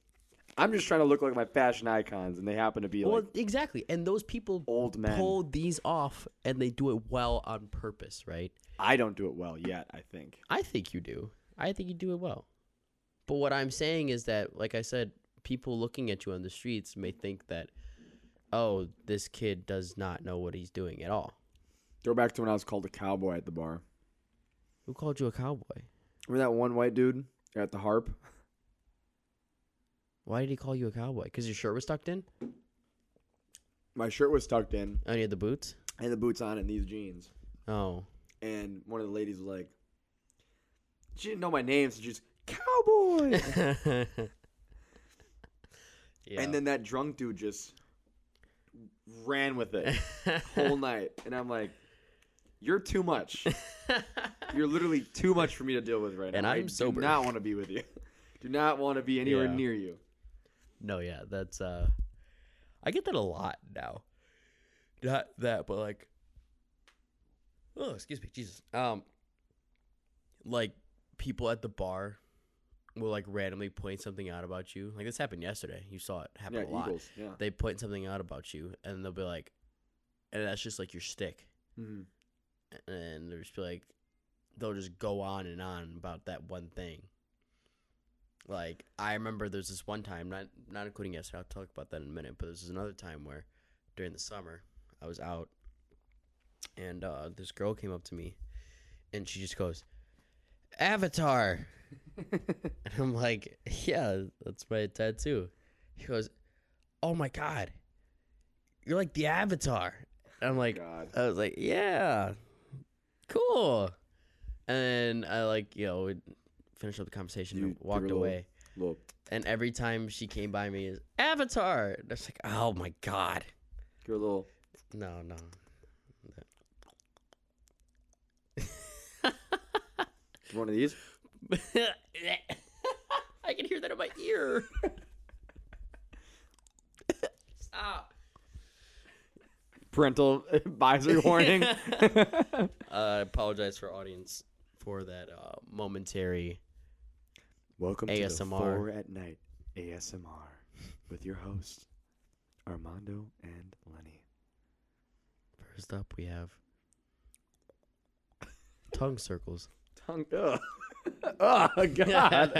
S2: I'm just trying to look like my fashion icons, and they happen to be
S1: well,
S2: like
S1: exactly. And those people
S2: old men.
S1: pull these off and they do it well on purpose, right?
S2: I don't do it well yet. I think.
S1: I think you do. I think you do it well. But what I'm saying is that, like I said, people looking at you on the streets may think that, oh, this kid does not know what he's doing at all.
S2: Go back to when I was called a cowboy at the bar.
S1: Who called you a cowboy?
S2: Remember that one white dude at the harp?
S1: Why did he call you a cowboy? Because your shirt was tucked in?
S2: My shirt was tucked in,
S1: Oh, you had the boots?
S2: I had the boots on, and these jeans.
S1: (laughs) Oh.
S2: And one of the ladies was like, "She didn't know my name, so she's cowboy."
S1: yeah.
S2: And then that drunk dude just ran with it (laughs)
S1: (laughs)
S2: whole night, and I'm like, "You're too much. You're literally too much for me to deal with right
S1: And
S2: now.
S1: I'm
S2: I
S1: sober.
S2: Do not want to be with you. (laughs) Do not want to be anywhere
S1: Yeah.
S2: near you.
S1: No, yeah, that's uh I get that a lot now. Not that, but like Oh, excuse me, Jesus. Um like people at the bar will like randomly point something out about you. Like this happened yesterday. You saw it happen
S2: Yeah,
S1: a lot.
S2: Eagles. Yeah.
S1: They point something out about you and they'll be like and that's just like your stick.
S2: Mhm.
S1: And they'll just be like they'll just go on and on about that one thing. Like I remember there's this one time, not not including yesterday, I'll talk about that in a minute, but there's this another time where during the summer I was out and uh, this girl came up to me and she just goes, Avatar And I'm like, Yeah, that's my tattoo. She goes, Oh my god, you're like the Avatar And I'm like uh,
S2: God.
S1: I was like, yeah, cool. And I like, you know, would finish up the conversation
S2: You
S1: and walked
S2: threw a little-
S1: away.
S2: Look,
S1: And every time she came by me is Avatar. And I was like, oh my god,
S2: you're a little.
S1: no, no. (laughs)
S2: One of these.
S1: I can hear that in my ear. Stop.
S2: Parental (laughs)
S1: (laughs)
S2: advisory warning.
S1: Uh, I apologize for audience for that uh, momentary.
S2: Welcome to the
S1: ASMR.
S2: four at night ASMR with your hosts Armando and Lenny.
S1: First up, we have tongue circles.
S2: Tongue. Ugh. (laughs) oh
S1: (laughs)
S2: God.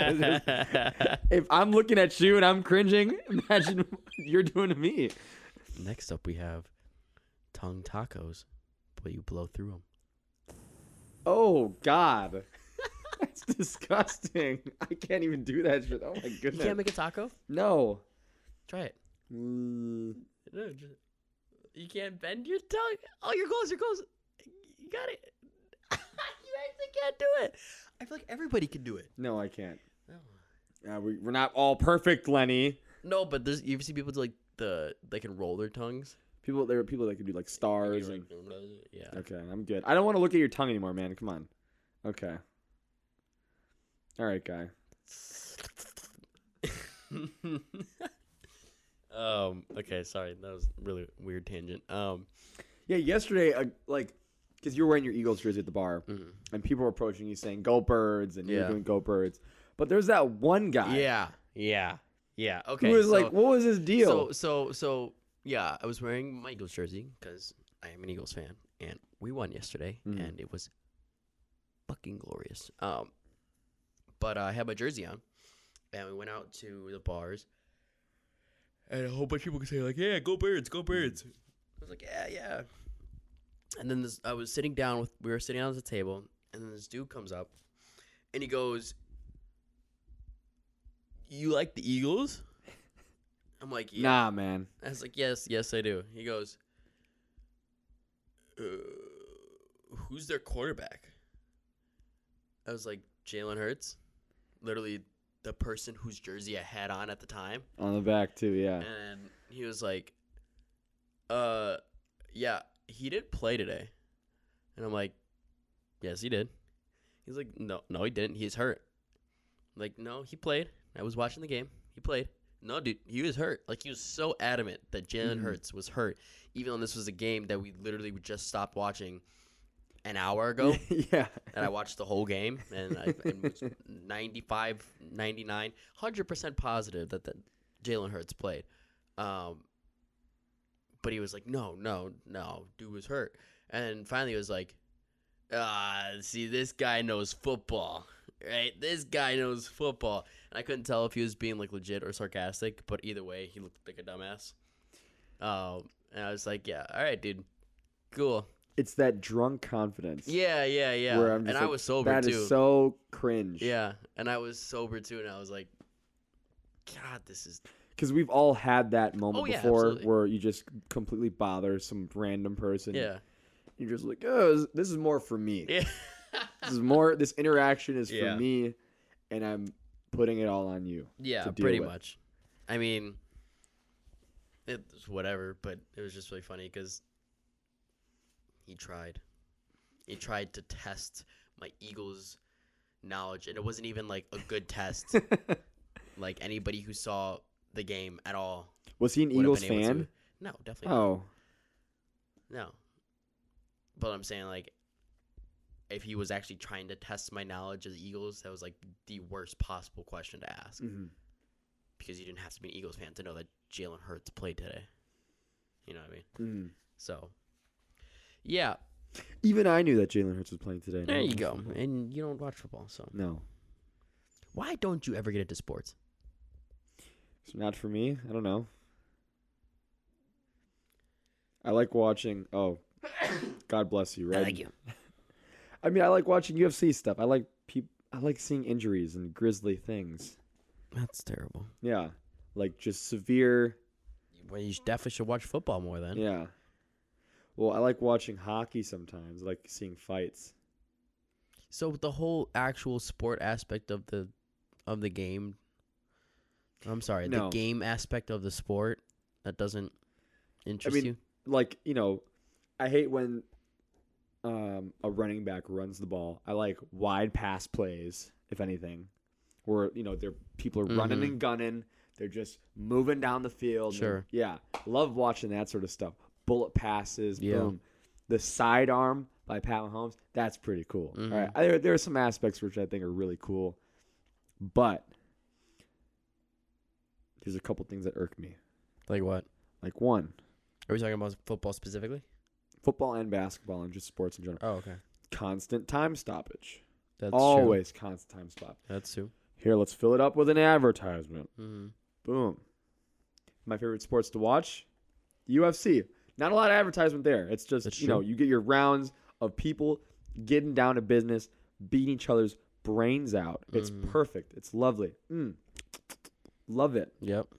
S2: if I'm looking at you and I'm cringing, (laughs) imagine what you're doing to me.
S1: Next up, we have tongue tacos, but you blow through them.
S2: Oh God. (laughs) That's disgusting. I can't even do that shit. Oh my
S1: You
S2: goodness.
S1: can't make a taco?
S2: no.
S1: Try it.
S2: Mm.
S1: No, just- You can't bend your tongue. Oh, you're close. You're close. You got it. (laughs) you actually can't do it. I feel like everybody can do it.
S2: No, I can't.
S1: No,
S2: Uh, we, we're not all perfect, Lenny.
S1: no but there's you ever see people do like the they can roll their tongues.
S2: People, there are people that can do like stars
S1: You're
S2: and.
S1: like, yeah.
S2: Okay, I'm good. I don't want to look at your tongue anymore, man. Come on. Okay. All right, guy.
S1: (laughs) um. Okay. Sorry. That was really weird tangent. Um.
S2: Yeah, yesterday, uh, like, because you were wearing your Eagles jersey at the bar,
S1: mm.
S2: and people were approaching you saying "Go Birds" and you're
S1: Yeah.
S2: doing "Go Birds," but there's that one guy
S1: Yeah. Yeah. Yeah.
S2: who
S1: Okay.
S2: was
S1: so-
S2: like, "What was his deal?"
S1: So so so yeah, I was wearing my Eagles jersey because I am an Eagles fan, and we won yesterday,
S2: Mhm.
S1: and it was fucking glorious. Um, but I had my jersey on, and we went out to the bars, and a whole bunch of people could say like, "Yeah, go Birds, go Birds." I was like, "Yeah, yeah." And then this, I was sitting down with we were sitting down at the table, and then this dude comes up, and he goes, "You like the Eagles?" I'm like, "Yeah."
S2: Nah, man.
S1: I was like, yes, yes, I do. He goes, uh, who's their quarterback? I was like, Jalen Hurts. Literally the person whose jersey I had on at the time.
S2: On the back too, yeah.
S1: And he was like, uh, yeah, he didn't play today. And I'm like, yes, he did. He's like, no, no, he didn't. He's hurt. I'm like, no, he played. I was watching the game. He played. No, dude, he was hurt. Like, he was so adamant that Jalen
S2: Mhm.
S1: Hurts was hurt, even though this was a game that we literally just stopped watching an hour
S2: (laughs)
S1: ago
S2: yeah.
S1: and I watched the whole game, and I and was 95, 99, 100% positive that the Jalen Hurts played. Um, but he was like, no, no, no, dude was hurt. And then finally, he was like, ah, see, this guy knows football, right? This guy knows football. And I couldn't tell if he was being like legit or sarcastic, but either way, he looked like a dumbass. Um, and I was like, yeah, all right, dude, cool.
S2: (laughs) It's that drunk confidence.
S1: Yeah, yeah, yeah.
S2: Where I'm
S1: And
S2: just
S1: I
S2: like,
S1: was sober
S2: That
S1: too.
S2: is so cringe.
S1: Yeah, and I was sober too, and I was like, God, this is
S2: Because we've all had that moment
S1: Oh, yeah,
S2: before
S1: absolutely.
S2: where you just completely bother some random person.
S1: yeah,
S2: You're just like, oh, this is more for me.
S1: yeah, (laughs)
S2: This is more, this interaction is
S1: Yeah.
S2: for me, and I'm putting it all on you.
S1: yeah,
S2: to deal
S1: pretty
S2: with.
S1: much. I mean, it was whatever, but it was just really funny because he tried, he tried to test my Eagles knowledge, and it wasn't even like a
S2: (laughs)
S1: good test. like anybody who saw the game at all,
S2: Was he an
S1: would have
S2: Eagles
S1: been able
S2: fan?
S1: To. No, definitely. not.
S2: Oh,
S1: No. But I'm saying like if he was actually trying to test my knowledge of the Eagles, that was like the worst possible question to ask
S2: Mhm.
S1: because you didn't have to be an Eagles fan to know that Jalen Hurts played today. You know what I mean?
S2: Mhm.
S1: So yeah,
S2: even I knew that Jalen Hurts was playing today.
S1: there
S2: No,
S1: you
S2: that's
S1: go.
S2: not-
S1: And you don't watch football, so
S2: No,
S1: why don't you ever get into sports?
S2: it's not for me. I don't know. I like watching. Oh, God bless you. Right?
S1: Thank you.
S2: I mean, I like watching UFC stuff. I like peop- I like seeing injuries and grisly things.
S1: That's terrible.
S2: Yeah, like just severe.
S1: Well, you sh- definitely should watch football more then.
S2: Yeah. Well, I like watching hockey sometimes. I like seeing fights.
S1: So the whole actual sport aspect of the of the game I'm sorry,
S2: No.
S1: the game aspect of the sport that doesn't interest
S2: mean,
S1: you.
S2: Like you know, I hate when um, a running back runs the ball. I like wide pass plays, if anything, where you know there people are running
S1: Mhm.
S2: and gunning. They're just moving down the field. and-
S1: Sure.
S2: yeah, love watching that sort of stuff. Bullet passes.
S1: Yeah.
S2: Boom. The sidearm by Pat Mahomes. That's pretty cool. All
S1: Mhm.
S2: right. There, there are some aspects which I think are really cool, but there's a couple things that irk me.
S1: Like what?
S2: Like one,
S1: Are we talking about football specifically?
S2: football and basketball and just sports in general.
S1: Oh, okay.
S2: Constant time stoppage.
S1: That's
S2: Always constant time stop.
S1: True. That's true.
S2: Here, let's fill it up with an advertisement.
S1: hmm
S2: Boom. My favorite sports to watch, UFC. Not a lot of advertisement there. It's just
S1: That's
S2: you know
S1: true.
S2: you get your rounds of people getting down to business, beating each other's brains out. It's
S1: Mhm.
S2: perfect. It's lovely. Mm. Love it.
S1: Yep.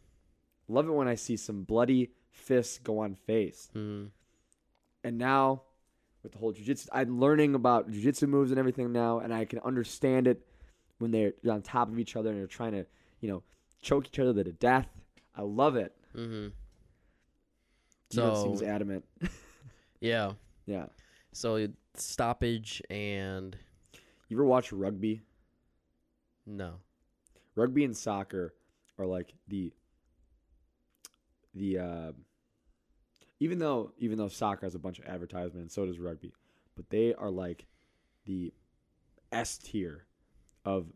S2: Love it when I see some bloody fists go on face.
S1: Mm.
S2: and now with the whole jiu-jitsu i'm learning about jiu-jitsu moves and everything now and i can understand it when they're on top of each other and they're trying to you know choke each other to death i love it
S1: Mm-hmm.
S2: UFC
S1: So
S2: was adamant (laughs)
S1: yeah.
S2: yeah
S1: So stoppage and
S2: you ever watch rugby
S1: no.
S2: rugby and soccer are like the the uh even though even though soccer has a bunch of advertisement and so does rugby but they are like the s tier of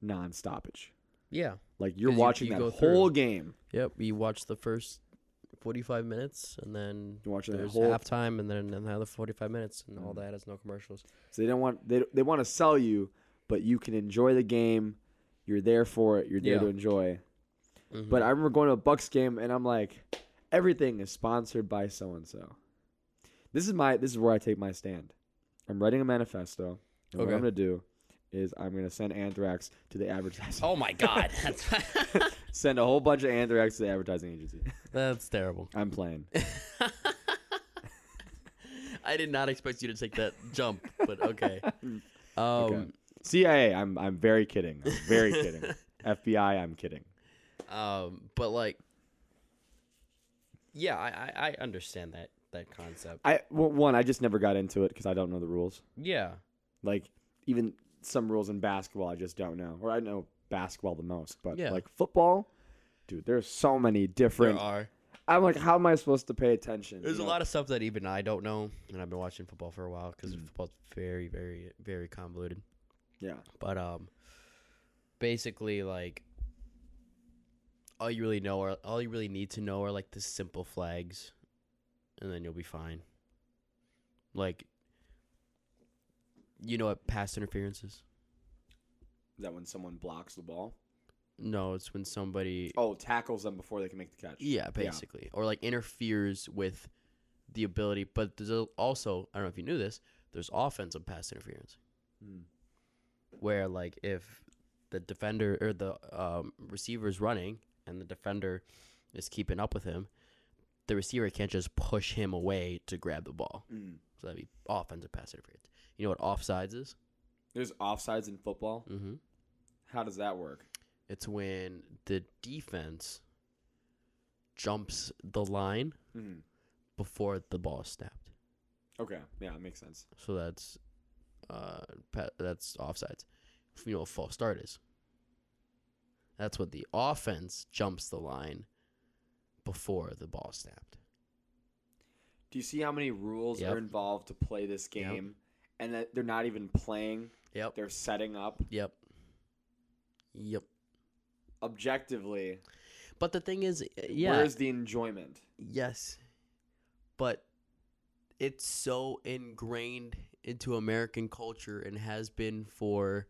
S2: non-stoppage
S1: Yeah.
S2: Like you're
S1: 'Cause you-
S2: watching
S1: you
S2: that
S1: go
S2: whole game.
S1: Yep. You watch the first forty-five minutes, and then
S2: You're watching that
S1: there's
S2: whole.
S1: halftime, and then another forty-five minutes, and all
S2: Mm.
S1: that is no commercials.
S2: So they don't want they they want to sell you, but you can enjoy the game. You're there for it. You're there
S1: Yeah. Mm-hmm.
S2: to enjoy. But I remember going to a Bucks game and I'm like, everything is sponsored by so and so. This is my this is where I take my stand. I'm writing a manifesto. And What
S1: Okay.
S2: I'm gonna do is I'm gonna send Anthrax to the advertising.
S1: (laughs) Oh my god, (laughs) that's
S2: (laughs) Send a whole bunch of Anthrax to the advertising agency.
S1: that's terrible.
S2: I'm playing.
S1: (laughs)
S2: (laughs)
S1: I did not expect you to take that jump, but
S2: (laughs)
S1: okay. Um,
S2: Mm. Okay. CIA. I'm I'm very kidding. I'm very
S1: (laughs)
S2: kidding. FBI. I'm kidding.
S1: um, but like, yeah, I, I, I understand that that concept.
S2: I well, one, I just never got into it because I don't know the rules.
S1: Yeah,
S2: Like even some rules in basketball, I just don't know. Or I know basketball the most, but
S1: Yeah.
S2: like football, dude, there's so many
S1: there
S2: different.
S1: are.
S2: I'm like, how am I supposed to pay attention?
S1: There's a lot of stuff that even I don't know, and I've been watching football for a while because
S2: Mm.
S1: football's very, very, very convoluted.
S2: yeah.
S1: But um, basically, like all you really know are all you really need to know are like the simple flags, and then you'll be fine. Like, you know what past interference is?
S2: Is that when someone blocks the ball?
S1: No, it's when somebody,
S2: Oh, tackles them before they can make the catch.
S1: yeah, basically, or like interferes with the ability. But there's al- also I don't know if you knew this. There's offensive pass interference Hmm.
S2: Mm.
S1: where like if the defender or the um, receiver is running and the defender is keeping up with him, the receiver can't just push him away to grab the ball.
S2: Mm.
S1: So that'd be offensive pass interference. You know what offsides is?
S2: There's offsides in football.
S1: Mm-hmm.
S2: How does that work?
S1: It's when the defense jumps the line
S2: Mm.
S1: before the ball is snapped.
S2: Okay, yeah, it makes sense.
S1: So that's uh pa- that's offsides. If You know what false start is. That's what the offense jumps the line before the ball snapped.
S2: Do you see how many rules
S1: Yep.
S2: are involved to play this
S1: Yep.
S2: game, and that they're not even playing?
S1: Yep.
S2: They're setting up.
S1: Yep. Yep.
S2: Objectively,
S1: But the thing is, uh, yeah,
S2: where's the enjoyment?
S1: yes, but it's so ingrained into American culture and has been for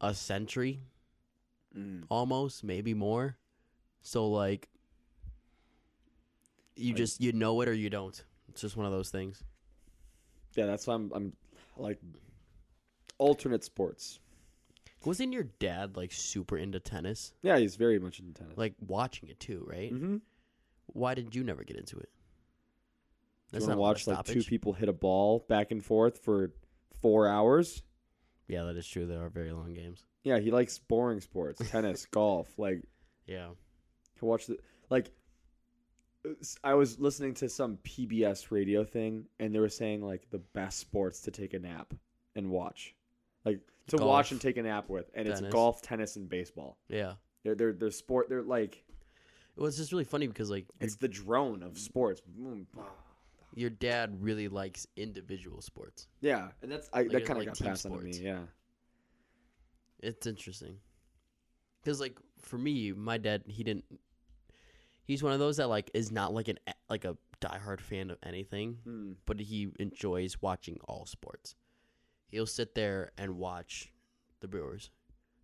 S1: a century.
S2: Mm.
S1: almost maybe more so like you
S2: Like-
S1: just you know it or you don't it's just one of those things
S2: Yeah, that's why I'm, I'm like alternate sports.
S1: wasn't your dad like super into tennis
S2: Yeah, he's very much into tennis.
S1: like watching it too right
S2: mm-hmm.
S1: why did you never get into it
S2: you want to
S1: a
S2: watch like two
S1: stoppage.
S2: people hit a ball back and forth for four hours?
S1: yeah that is true there are very long games
S2: Yeah, he likes boring
S1: (laughs)
S2: sports, tennis, golf. Like
S1: yeah
S2: he watch the like. s- I was listening to some PBS radio thing, and they were saying like the best sports to take a nap and watch, like to watch
S1: Golf,
S2: and take a nap with, and it's
S1: tennis.
S2: golf, tennis, and baseball.
S1: yeah
S2: They're they're they're sport. They're like
S1: it was just really funny because like your,
S2: it's the drone of sports. Mm.
S1: your dad really likes individual sports
S2: Yeah, and that's I,
S1: Like,
S2: that
S1: it's
S2: kind of
S1: like
S2: got
S1: team
S2: passed on to me.
S1: sports.
S2: Yeah.
S1: It's interesting. Cuz like for me, my dad he didn't he's one of those that like is not like an like a diehard fan of anything,
S2: Mm.
S1: but he enjoys watching all sports. He'll sit there and watch the Brewers.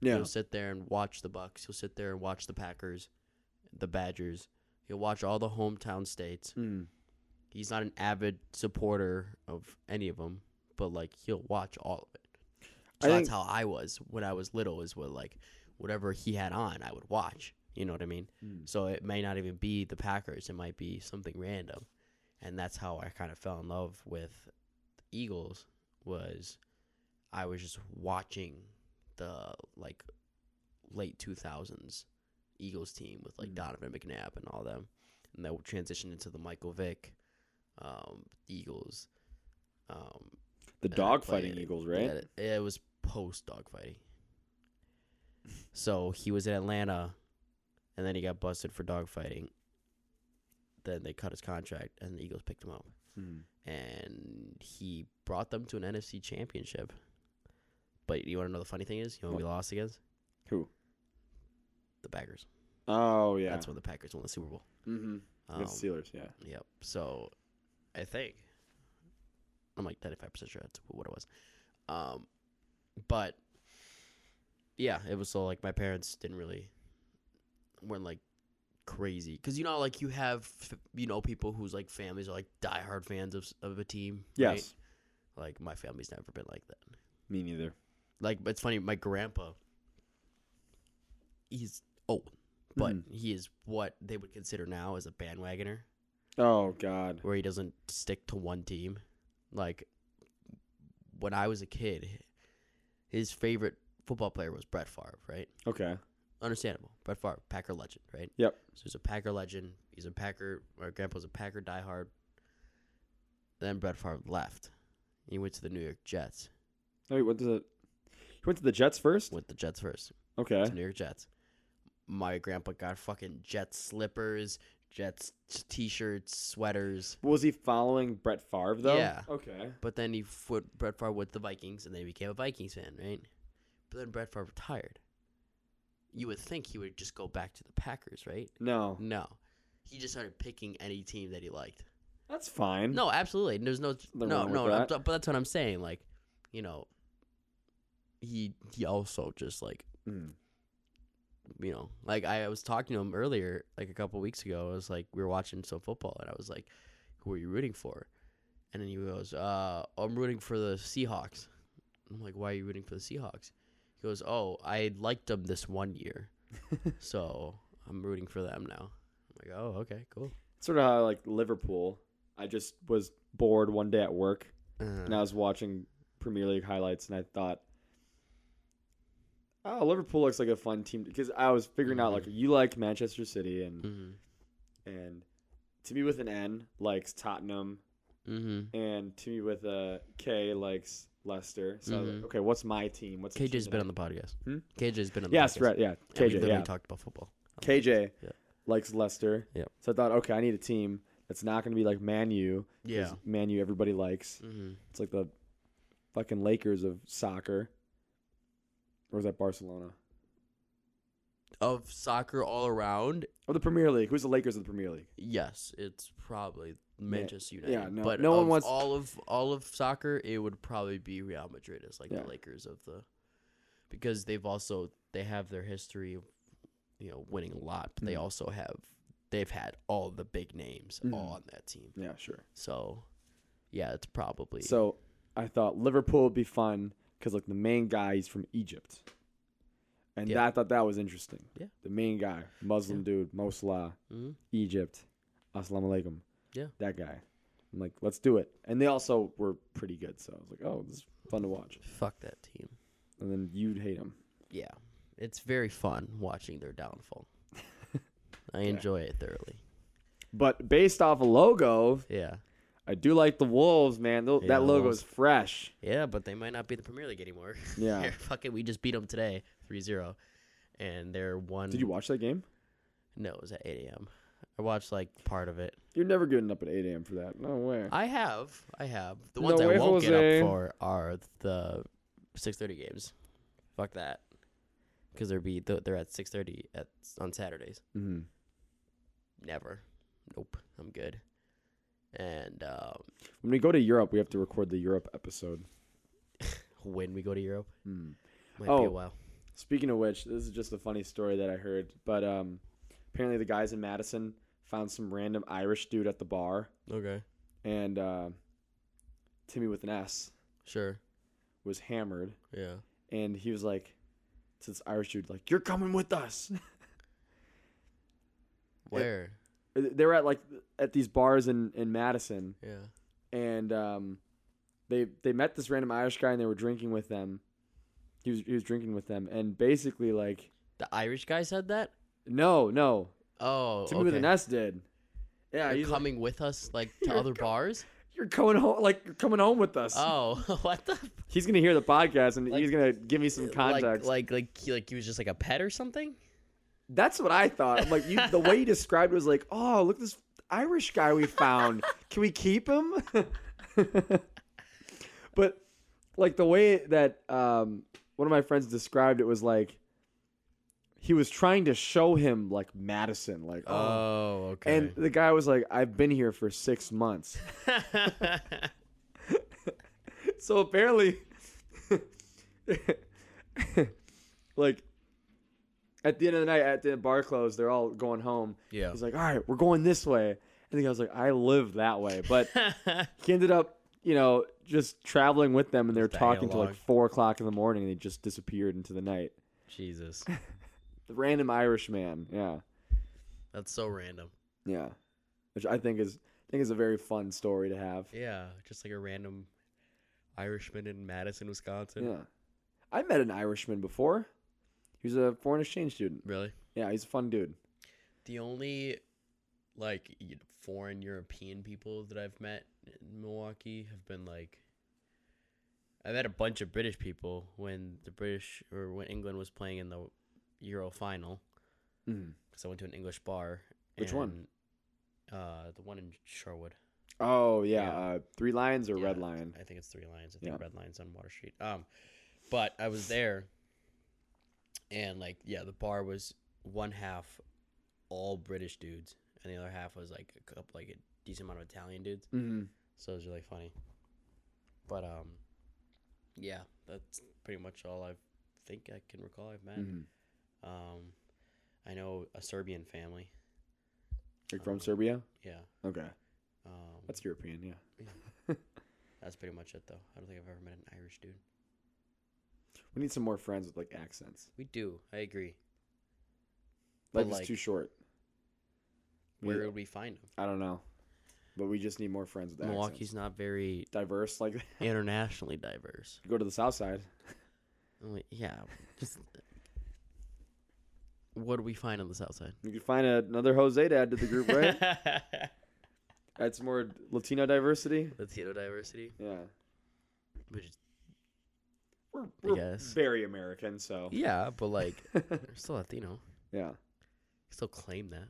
S2: Yeah.
S1: He'll sit there and watch the Bucks. He'll sit there and watch the Packers, the Badgers. He'll watch all the hometown states.
S2: Mm.
S1: He's not an avid supporter of any of them, but like he'll watch all of it. So
S2: I
S1: that's
S2: think-
S1: how I was when I was little. Is what like whatever he had on, I would watch. You know what I mean?
S2: Mm.
S1: So it may not even be the Packers. It might be something random, and that's how I kind of fell in love with the Eagles. Was I was just watching the like late two thousands Eagles team with like
S2: Mm.
S1: Donovan McNabb and all them, and that transitioned into the Michael Vick um, Eagles. Um,
S2: The
S1: and I
S2: dog
S1: played-
S2: fighting Eagles, right?
S1: yeah, it, it was post dogfighting. So he was in Atlanta, and then he got busted for dogfighting. Then they cut his contract, and the Eagles picked him up,
S2: Mm.
S1: and he brought them to an NFC Championship. But you want to know the funny thing is, you know who we lost against
S2: Who?
S1: the Packers.
S2: Oh yeah.
S1: That's when the Packers won the Super Bowl.
S2: mm-hmm.
S1: Um,
S2: Steelers. Yeah.
S1: Yep. So, I think I'm like 95 percent sure that's what it was. Um, but yeah, it was so like my parents didn't really weren't like crazy because you know like you have f- you know people whose like families are like diehard fans of s- of a team.
S2: Yes.
S1: right? Like my family's never been like that.
S2: Me neither.
S1: Like it's funny, my grandpa. He's old, but he is what they would consider now as a bandwagoner
S2: Oh God.
S1: where he doesn't stick to one team. Like when I was a kid, his favorite football player was Brett Favre, right?
S2: Okay.
S1: Understandable. Brett Favre, Packer legend, right?
S2: Yep.
S1: So he's a Packer legend. He's a Packer. My grandpa's a Packer diehard. Then Brett Favre left. He went to the New York Jets.
S2: Oh, he went to the. He went to the Jets first.
S1: Went to the Jets first.
S2: Okay.
S1: to New York Jets. My grandpa got fucking Jets slippers, Jets t-shirts, sweaters.
S2: Was he following Brett Favre though?
S1: Yeah.
S2: Okay.
S1: But then he foot Brett Favre with the Vikings, and then he became a Vikings fan, right? But then Brett Favre retired. you would think he would just go back to the Packers, right?
S2: No,
S1: No. He just started picking any team that he liked.
S2: that's fine.
S1: No, absolutely. There's no
S2: Nothing
S1: no
S2: Mm. wrong
S1: no,
S2: with
S1: I'm
S2: that.
S1: t- but that's what I'm saying like, you know, he he also just like
S2: Mm.
S1: you know, like I was talking to him earlier, like a couple weeks ago. I was like, we were watching some football, and I was like, "Who are you rooting for?" And then he goes, uh, "I'm rooting for the Seahawks." I'm like, "Why are you rooting for the Seahawks?" He goes, "Oh, I liked them this
S2: (laughs)
S1: one year, so I'm rooting for them now." I'm like, "Oh, okay, cool."
S2: sort of how, like Liverpool. I just was bored one day at work and I
S1: Uh,
S2: was watching Premier League highlights, and I thought, "Oh, Liverpool looks like a fun team." Because I was figuring out, like, you like Manchester City, and
S1: mm
S2: and to me with an N likes Tottenham,
S1: hmm
S2: and to me with a K likes Leicester. So I was like,
S1: Mhm.
S2: okay, what's my team? What's the team
S1: KJ's
S2: that
S1: been
S2: I-
S1: on the podcast.
S2: Hmm?
S1: KJ's been on. the
S2: Yes,
S1: podcast.
S2: right. Yeah,
S1: And we
S2: KJ.
S1: literally
S2: Yeah,
S1: talked about football.
S2: KJ
S1: Yeah.
S2: likes Leicester.
S1: Yep.
S2: So I thought, okay, I need a team that's not going to be like Man U. 'cause
S1: Yeah.
S2: Man U everybody likes.
S1: hmm
S2: It's like the fucking Lakers of soccer. Or is that Barcelona?
S1: Of soccer all around,
S2: Or Oh, the Premier League. Who's the Lakers of the Premier League?
S1: Yes, it's probably Manchester United.
S2: yeah, no-
S1: but
S2: no one
S1: of
S2: wants-
S1: all of all of soccer. It would probably be Real Madrid as like
S2: Yeah.
S1: the Lakers of the, because they've also they have their history of, you know, winning a lot. But they
S2: Mhm.
S1: also have they've had all the big names
S2: Mm-hmm.
S1: all on that team.
S2: Yeah, sure.
S1: So, yeah, it's probably
S2: So I thought Liverpool would be fun because like the main guy is from Egypt, and
S1: Yeah.
S2: I thought that was interesting.
S1: Yeah.
S2: The main guy, Muslim dude, Mo Salah,
S1: Mhm.
S2: Egypt, Assalamu alaikum.
S1: Yeah.
S2: That guy. I'm like, let's do it. And they also were pretty good, so I was like, oh, this is fun to watch.
S1: fuck that team.
S2: And then you'd hate him.
S1: Yeah, it's very fun watching
S2: (laughs)
S1: their downfall. I enjoy it thoroughly.
S2: But based off a logo,
S1: Yeah,
S2: I do like the Wolves, man. Tho-
S1: Yeah,
S2: that logo
S1: Wolves.
S2: is fresh.
S1: yeah, but they might not be in the Premier League anymore. (laughs)
S2: Yeah.
S1: Yeah, fucking, we just beat them today, 3-0. and they're one.
S2: Did you watch that game?
S1: No, it was at eight a.m. I watched like part of it.
S2: You're never getting up at 8 a.m. for that. No way.
S1: I have, I have. The
S2: No
S1: ones I
S2: way,
S1: won't
S2: Jose.
S1: get up for are the six thirty games. Fuck that, because they're be th- they're at six thirty at on Saturdays.
S2: mm-hmm.
S1: Never, nope. I'm good. And um,
S2: When we go to Europe, we have to record the Europe episode.
S1: when we go to Europe,
S2: Mm.
S1: might be
S2: Oh.
S1: a while.
S2: Speaking of which, this is just a funny story that I heard, but um, apparently the guys in Madison found some random Irish dude at the bar,
S1: Okay,
S2: and uh, Timmy with an S
S1: sure,
S2: was hammered,
S1: yeah.
S2: and he was like, to this Irish dude, like, "You're coming with us." (laughs)
S1: Where?
S2: they were at like at these bars in in Madison,
S1: yeah.
S2: and um, they they met this random Irish guy, and they were drinking with them. He was he was drinking with them, and basically like,
S1: The Irish guy said that.
S2: no, no,
S1: Oh,
S2: Timmy with
S1: okay.
S2: an S did. Yeah,
S1: You're
S2: he's like,
S1: coming with us like
S2: (laughs)
S1: to
S2: You're
S1: other
S2: com-
S1: bars?
S2: You're coming home, like you're coming home with us.
S1: Oh, (laughs) what the
S2: He's gonna hear the podcast and
S1: Like-
S2: he's gonna give me (laughs) some
S1: Like,
S2: context.
S1: like, like, he, like he was just like a pet or something.
S2: That's what I thought. I'm like, you, the way you described it was like, oh, look at this Irish guy we found. Can we keep him? (laughs) but like the way that um, one of my friends described it was like he was trying to show him like Madison, like oh.
S1: Oh, okay.
S2: And the guy was like, I've been here for six months. (laughs)
S1: (laughs)
S2: so apparently (laughs) like at the end of the night at the bar close they're all going home
S1: yeah.
S2: he's like all right we're going this way and the guy's like i live that way
S1: (laughs)
S2: but he ended up you know just traveling with them and they were
S1: Staying
S2: talking till
S1: along.
S2: like four o'clock in the morning and they just disappeared into the night
S1: (laughs) Jesus,
S2: the random irish man yeah
S1: that's so random.
S2: yeah which i think is I think is a very fun story to have
S1: Yeah, just like a random Irishman in Madison, Wisconsin.
S2: yeah i met an irishman before he was a foreign exchange student
S1: Really,
S2: yeah he's a fun dude
S1: the only like y- foreign European people that I've met in Milwaukee have been like. I met a bunch of British people when the British or when England was playing in the Euro final.
S2: Mm.
S1: because I went to an English bar.
S2: Which one?
S1: and, Uh, the one in Sherwood.
S2: Oh yeah,
S1: Yeah.
S2: Uh, Three Lions or Red
S1: Yeah,
S2: Lion.
S1: I think it's Three Lions. I think
S2: Yeah.
S1: Red Lions on Water Street. Um, but I was there, and like yeah, the bar was one half all British dudes, and the other half was like a couple, like a decent amount of Italian dudes.
S2: Mm-hmm.
S1: So it was really funny. But um, yeah, that's pretty much all I think I can recall. I've met.
S2: hmm
S1: Um, I know a Serbian family.
S2: Like from
S1: Um,
S2: Serbia?
S1: Yeah.
S2: Okay,
S1: Um,
S2: that's European. Yeah.
S1: that's pretty much it though. I don't think I've ever met an Irish dude.
S2: We need some more friends with like accents.
S1: We do. I agree. But,
S2: Life is
S1: like,
S2: too short. We-
S1: Where would we find them?
S2: I don't know, but we just need more friends with
S1: Milwaukee's
S2: accents.
S1: not very
S2: Diverse, like (laughs) that.
S1: internationally diverse.
S2: go to the South Side.
S1: I'm like, yeah, just what do we find on the south side?
S2: You could find another Jose to add to the group,
S1: (laughs)
S2: right? add some more Latino diversity.
S1: Latino diversity,
S2: Yeah,
S1: which is,
S2: we're,
S1: I
S2: we're
S1: guess.
S2: very American, so
S1: (laughs) yeah,
S2: (laughs)
S1: but like they're still Latino.
S2: yeah,
S1: They still claim that.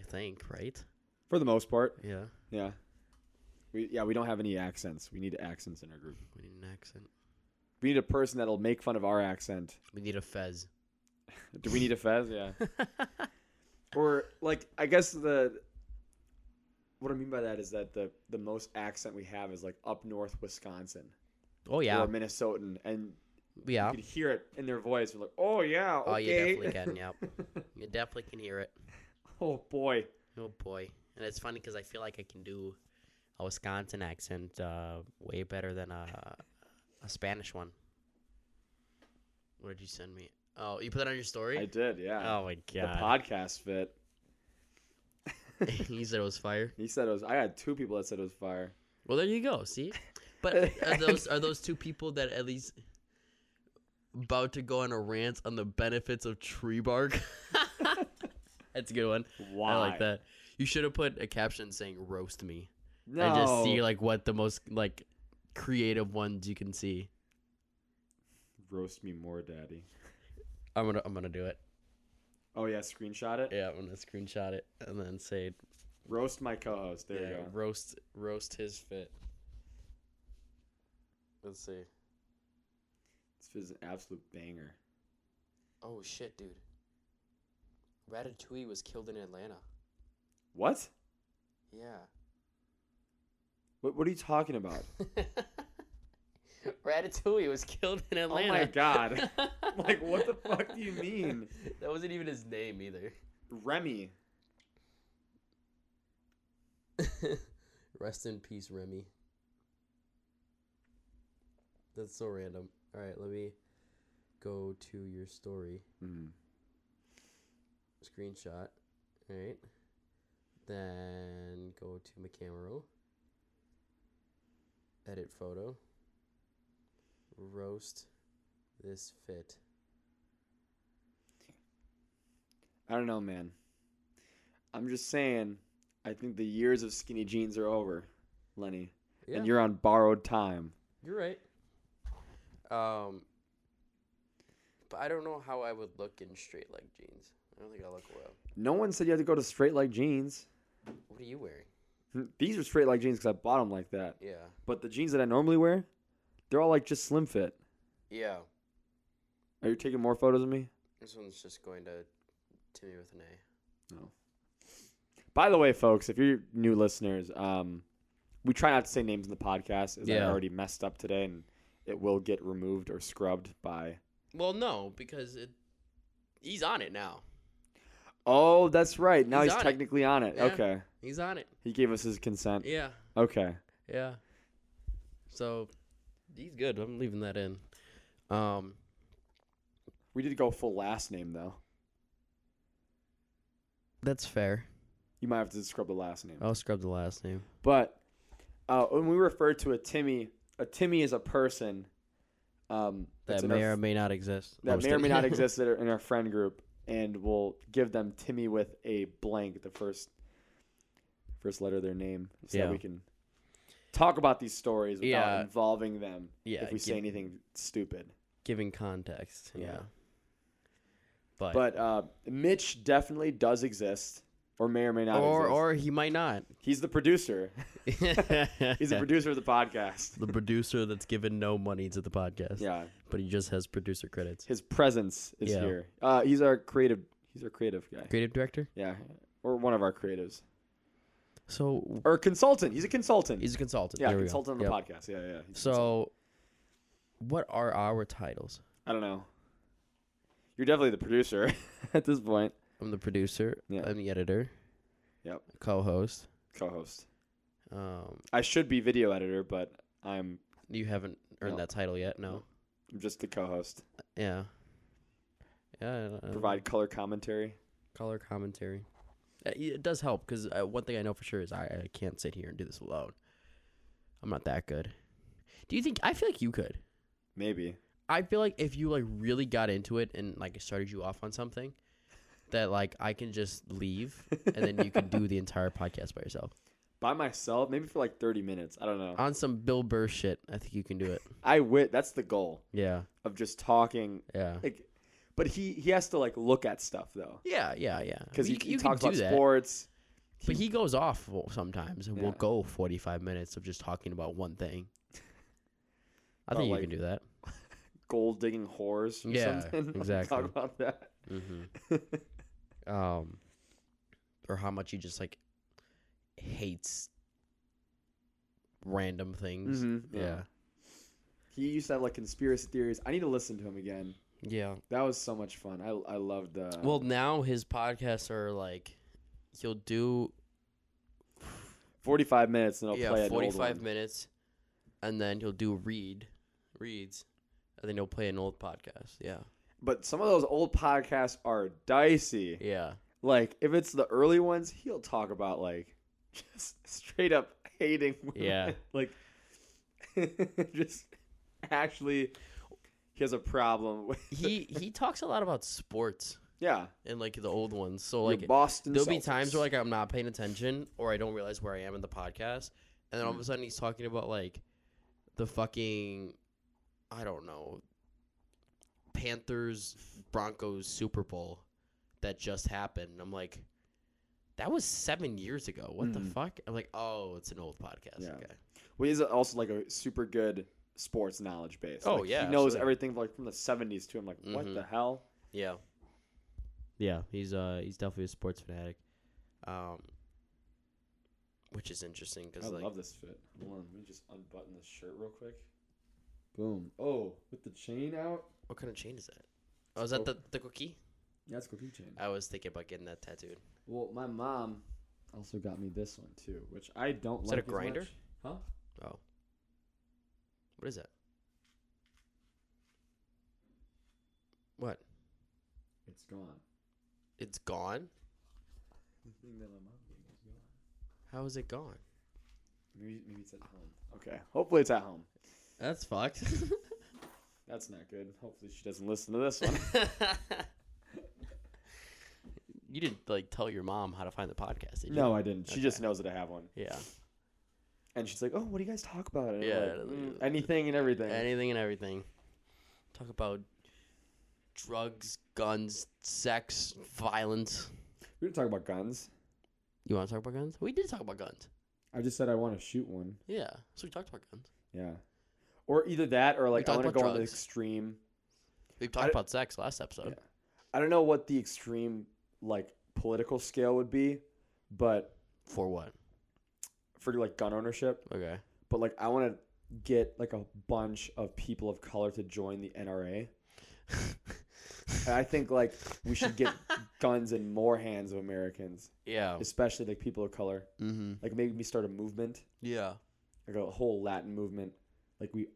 S1: I think, right?
S2: for the most part.
S1: Yeah,
S2: Yeah. We yeah, we don't have any accents. We need accents in our group.
S1: we need an accent.
S2: We need a person that'll make fun of our accent.
S1: We need a fez.
S2: Do we need a fez? Yeah. or like I guess the what I mean by that is that the the most accent we have is like up north Wisconsin
S1: (laughs) oh yeah,
S2: or Minnesotan and
S1: yeah.
S2: you could hear it in their voice. We're like, "Oh yeah, okay."
S1: Oh, you definitely can. Yep, you definitely can hear it.
S2: (laughs) oh boy.
S1: Oh boy, and it's funny because I feel like I can do a Wisconsin accent uh, way better than a a Spanish one. What did you send me? Oh, you put that on your story?
S2: I did, yeah.
S1: oh my
S2: the
S1: god!
S2: podcast fit.
S1: (laughs) he said it was fire.
S2: He said it was I had two people that said it was fire.
S1: Well, there you go. See, but
S2: (laughs)
S1: are those are those two people that at least about to go on a rant on the benefits of tree bark? (laughs) That's a good one.
S2: Why?
S1: I like that. You should have put a caption saying "roast me."
S2: No.
S1: and just see like what the most like creative ones you can see.
S2: roast me more, daddy.
S1: I'm gonna I'm gonna do it.
S2: Oh yeah, screenshot it.
S1: Yeah, I'm gonna screenshot it and then say
S2: Roast my co-host. There
S1: yeah,
S2: you go.
S1: roast roast his fit. Let's see.
S2: This is an absolute banger.
S1: Oh shit, dude. Ratatouille was killed in Atlanta.
S2: What?
S1: Yeah. (laughs)
S2: What? What are you talking about?
S1: Ratatouille was killed in
S2: Oh my
S1: Atlanta.
S2: God.
S1: (laughs)
S2: (laughs) Like, what the fuck do you mean?
S1: That wasn't even his name either.
S2: Remy.
S1: (laughs) Rest in peace, Remy. That's so random. All right, let me go to your story
S2: Mm.
S1: screenshot. All right, then go to my camera, edit photo, roast this fit.
S2: I don't know, man. I'm just saying. I think the years of skinny jeans are over, Lenny,
S1: Yeah,
S2: and
S1: you're,
S2: you're on borrowed time.
S1: you're right. Um, but I don't know how I would look in straight leg jeans. I don't think I look well.
S2: No one said you had to go to straight leg jeans. Hmm,
S1: What are you wearing?
S2: These are straight leg jeans because I bought them like that.
S1: Yeah.
S2: But the jeans that I normally wear, they're all like just slim fit.
S1: Yeah.
S2: Are you taking more photos of me?
S1: This one's just going to Timmy with an A.
S2: By the way, folks, if you're new listeners, um, we try not to say names in the podcast, as I
S1: Yeah.
S2: already messed up today, and it will get removed or scrubbed by.
S1: Well, no, because it he's on it now.
S2: Oh, that's right. Now
S1: He's
S2: he's,
S1: on it.
S2: technically on it.
S1: Yeah.
S2: Okay,
S1: He's on it.
S2: he gave us his consent.
S1: Yeah,
S2: Okay,
S1: yeah. So he's good. I'm leaving that in. Um,
S2: we did go full last name though.
S1: that's fair.
S2: You might have to scrub the last name,
S1: I'll scrub the last name.
S2: but uh, when we refer to a Timmy, a Timmy is a person um, that's
S1: That
S2: in
S1: may
S2: our-
S1: or may not exist. No, I'm
S2: that may or may
S1: (laughs)
S2: not
S1: kidding.
S2: exist that are in our friend group, and we'll give them Timmy with a blank, the first first letter of their name, so
S1: Yeah.
S2: that we can talk about these stories without
S1: Yeah.
S2: involving them.
S1: yeah,
S2: if we say
S1: gi-
S2: anything stupid,
S1: giving context. Yeah.
S2: Yeah.
S1: But,
S2: but uh, Mitch definitely does exist. or may or may not.
S1: or
S2: exist.
S1: or he might not.
S2: he's the producer. (laughs) He's
S1: (laughs) He's
S2: the producer of the podcast.
S1: (laughs) the producer that's given no money to the podcast.
S2: Yeah,
S1: But he just has producer credits.
S2: his presence is
S1: Yeah.
S2: here. Uh, he's our creative. He's our creative guy.
S1: Creative director?
S2: Yeah, or one of our creatives,
S1: So
S2: or consultant. He's a consultant.
S1: he's a consultant.
S2: yeah,
S1: There we go.
S2: consultant on the
S1: Yep.
S2: podcast. Yeah, yeah. he's a consultant.
S1: So what are our titles?
S2: I don't know. You're definitely the producer (laughs) at this point.
S1: I'm the producer.
S2: Yeah.
S1: I'm the editor.
S2: Yep.
S1: Co-host.
S2: Co-host.
S1: Um,
S2: I should be video editor, but I'm
S1: you haven't earned
S2: No.
S1: that title yet. No.
S2: No. I'm just the co-host.
S1: Yeah. Yeah. I don't- I don't-
S2: Provide color commentary.
S1: color commentary. Uh, y- It does help because uh, one thing I know for sure is I, I can't sit here and do this alone. I'm not that good. Do you think? I feel like you could.
S2: Maybe.
S1: I feel like if you like really got into it and like started you off on something, that like I can just leave and then you can do the entire podcast by
S2: (laughs)
S1: yourself
S2: by myself, maybe for like 30 minutes. I don't know.
S1: on some Bill Burr shit. I think you can do it.
S2: I wit. That's the goal
S1: Yeah.
S2: of just talking.
S1: Yeah.
S2: Like, but he he has to like look at stuff though,
S1: Yeah, yeah, yeah.
S2: because
S1: You
S2: he,
S1: c-
S2: he
S1: you can
S2: talks
S1: do
S2: about
S1: that.
S2: sports.
S1: But he goes off w- sometimes, and we'll
S2: Yeah.
S1: go forty-five minutes of just talking about
S2: (laughs)
S1: one thing. I
S2: About,
S1: think you
S2: like,
S1: can do that.
S2: Gold digging whores. Or
S1: Yeah,
S2: something. (laughs)
S1: exactly.
S2: Talk about that.
S1: Mm-hmm. um, or how much he just like hates random things.
S2: Mhm,
S1: Yeah,
S2: He used to have like conspiracy theories. I need to listen to him again.
S1: yeah.
S2: That was so much fun. I I loved. Uh,
S1: Well, now his podcasts are like he'll do
S2: 45 minutes and I'll play
S1: yeah
S2: an old
S1: forty-five
S2: one.
S1: minutes, and then he'll do read reads, and then he'll play an old podcast.
S2: (laughs)
S1: Yeah,
S2: But some of those old podcasts are dicey.
S1: yeah.
S2: Like if it's the early ones, he'll talk about like (laughs) just straight up hating women.
S1: Yeah.
S2: (laughs) like just actually he has a problem with
S1: he he talks a lot about sports
S2: yeah.
S1: and like the old ones. So
S2: your
S1: like
S2: Boston
S1: there'll be times
S2: Celtics.
S1: where like I'm not paying attention or I don't realize where I am in the podcast, and then all of
S2: Mm.
S1: a sudden he's talking about like the fucking I don't know Panthers Broncos Super Bowl that just happened. And I'm like. That was seven years ago. What the
S2: Mhm.
S1: fuck? I'm like, oh, it's an old podcast.
S2: Yeah.
S1: Okay.
S2: well, he's also like a super good sports knowledge base.
S1: Oh,
S2: Like,
S1: yeah,
S2: He knows
S1: absolutely.
S2: everything like from the seventies too. I'm like, what
S1: Mhm.
S2: the hell?
S1: Yeah. Yeah, he's uh he's definitely a sports fanatic. Um which is interesting
S2: I
S1: cuz like
S2: love this fit. Hold on, let me just unbutton this shirt real quick. Boom. Oh, with the chain out?
S1: what kind of chain is that? Oh, is that the the cookie?
S2: Yeah, it's cookie chain.
S1: I was thinking about getting that tattooed.
S2: Well, my mom also got me this one too, which I don't
S1: Is that
S2: like.
S1: a
S2: as
S1: grinder?
S2: much. Huh?
S1: Oh. What is that? What?
S2: It's gone.
S1: It's gone?
S2: The thing that my mom gave me is gone.
S1: How is it gone?
S2: Maybe, maybe it's at home. Okay. Hopefully it's at home.
S1: That's fucked.
S2: That's not good. Hopefully she doesn't listen to this
S1: (laughs)
S2: one.
S1: you didn't like tell your mom how to find the podcast, did you?
S2: no, I didn't. She just
S1: Okay.
S2: knows that I have one,
S1: Yeah.
S2: and she's like, "Oh, what do you guys talk about?" And I'm
S1: Yeah,
S2: like,
S1: I don't
S2: "Mm,
S1: think-
S2: anything and everything.
S1: Anything and everything. Talk about drugs, guns, sex, violence.
S2: we didn't talk about guns.
S1: You want to talk about guns? We did talk about guns.
S2: I just said I want to shoot one.
S1: Yeah. So we talked about guns.
S2: Yeah. Or either that, or like I want
S1: talked
S2: to
S1: about
S2: go on the
S1: drugs.
S2: extreme.
S1: We
S2: I-
S1: talked about sex last episode.
S2: I don't know what the extreme like political scale would be, but
S1: For what?
S2: for like gun ownership,
S1: Okay.
S2: but like I want to get like a bunch of people of color to join the NRA. And I think like we should get guns in more hands of Americans,
S1: yeah.
S2: especially like people of color.
S1: Mm-hmm.
S2: Like maybe we start a movement,
S1: Yeah.
S2: like a whole Latin movement. Like we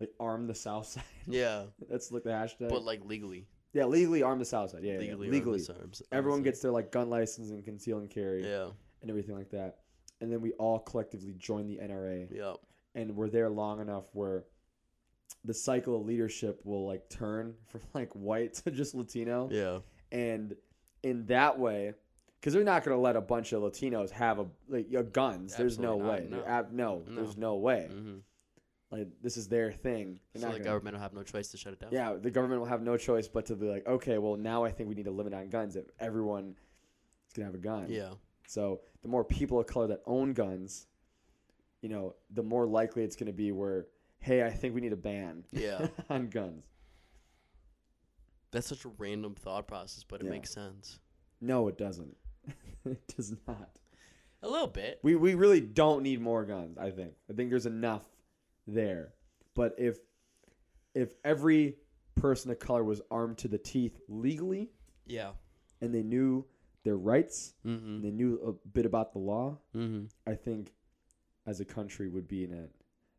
S2: like arm the South Side. (laughs)
S1: Yeah.
S2: That's like the hashtag.
S1: But like legally.
S2: yeah, legally arm the South Side. Yeah, yeah, yeah.
S1: legally.
S2: legally.
S1: or this arms-
S2: Everyone
S1: honestly.
S2: gets their like gun license and conceal and carry
S1: Yeah.
S2: and everything like that. And then we all collectively join the NRA.
S1: Yeah.
S2: and we're there long enough where the cycle of leadership will like turn (laughs) from like white to just Latino,
S1: Yeah.
S2: and in that way, because they're not gonna let a bunch of Latinos have a like your guns. There's no
S1: Absolutely not,
S2: way.
S1: no.
S2: They're ab- no,
S1: No.
S2: there's no way.
S1: Mm-hmm.
S2: Like this is their thing. They're
S1: So
S2: not
S1: the
S2: gonna-
S1: government will have no choice to shut it down.
S2: Yeah, the government will have no choice but to be like, okay, well now I think we need a limit on guns. If everyone It's gonna have a gun.
S1: Yeah.
S2: So the more people of color that own guns, you know, the more likely it's going to be where, hey, I think we need a ban (laughs)
S1: Yeah.
S2: on guns.
S1: That's such a random thought process, but it
S2: Yeah.
S1: makes sense.
S2: No, it doesn't. (laughs) it does not.
S1: A little bit.
S2: We we really don't need more guns. I think. I think there's enough there. But if if every person of color was armed to the teeth legally
S1: Yeah.
S2: and they knew their rights and
S1: Mm-hmm.
S2: they knew a bit about the law,
S1: Mm-hmm.
S2: I think as a country would be in a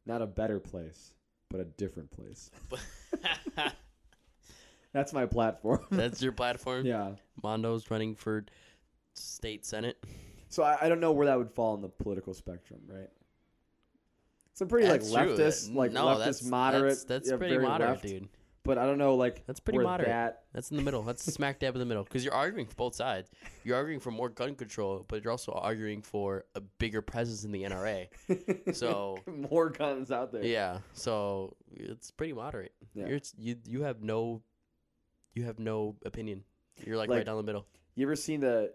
S2: not a better place, but a different place. (laughs)
S1: But
S2: That's my platform.
S1: mm-hmm. (laughs)
S2: (laughs)
S1: That's your platform.
S2: yeah.
S1: Mondo's running for state senate.
S2: So I, I don't know where that would fall in the political spectrum, right? Some pretty
S1: That's
S2: like
S1: true.
S2: leftist,
S1: That-
S2: like
S1: no,
S2: leftist
S1: that's-
S2: moderate.
S1: That's, that's
S2: yeah,
S1: pretty
S2: very
S1: moderate,
S2: left,
S1: dude.
S2: But I don't know, like
S1: That's pretty
S2: where
S1: moderate.
S2: That, (laughs)
S1: That's in the middle. That's smack dab in the middle because you're arguing for both sides. You're arguing for more gun control, but you're also arguing for a bigger presence in the NRA.
S2: (laughs)
S1: So-
S2: more guns out there.
S1: Yeah, so it's pretty moderate.
S2: Yeah.
S1: You're, it's- you you have no you have no opinion. You're like,
S2: Like-
S1: right down the middle.
S2: You ever seen the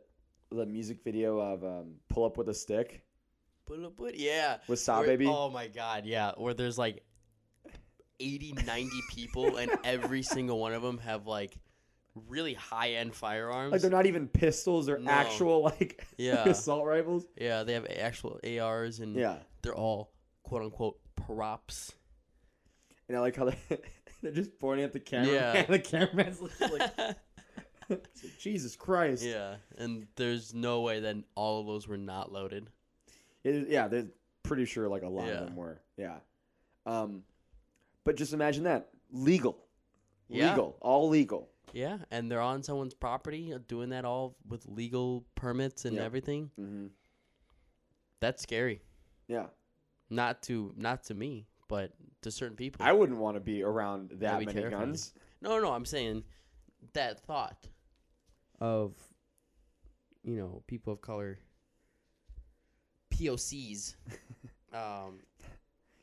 S2: the music video of um, "Pull Up with a Stick"
S1: But, uh, but yeah,
S2: with Saw
S1: Where-
S2: Baby?
S1: Oh my god, yeah. Where there's like 80, 90
S2: (laughs)
S1: people, and every single one of them have like really high end firearms.
S2: like they're not even pistols; they're
S1: No.
S2: actual (laughs) like
S1: Yeah. Mm.
S2: assault rifles.
S1: yeah, they have actual ARs, and
S2: Yeah,
S1: they're all quote unquote props.
S2: and I like how they (laughs) they're just pointing at the camera.
S1: Yeah.
S2: and (laughs) the cameraman's like, (laughs) Jesus Christ.
S1: yeah, and there's no way that all of those were not loaded.
S2: It, yeah, they're pretty sure like a lot
S1: Yeah.
S2: of them were. Yeah. Um, but just imagine that legal,
S1: Yeah.
S2: legal, all legal.
S1: Yeah, and they're on someone's property uh, doing that all with legal permits and
S2: Yep.
S1: everything.
S2: Mm-hmm.
S1: That's scary.
S2: Yeah,
S1: Not to not to me, but to certain people.
S2: I wouldn't want to be around that
S1: That'd be
S2: many
S1: terrifying.
S2: guns.
S1: No, no, I'm saying that thought of you know people of color,
S2: (laughs)
S1: POCs. um,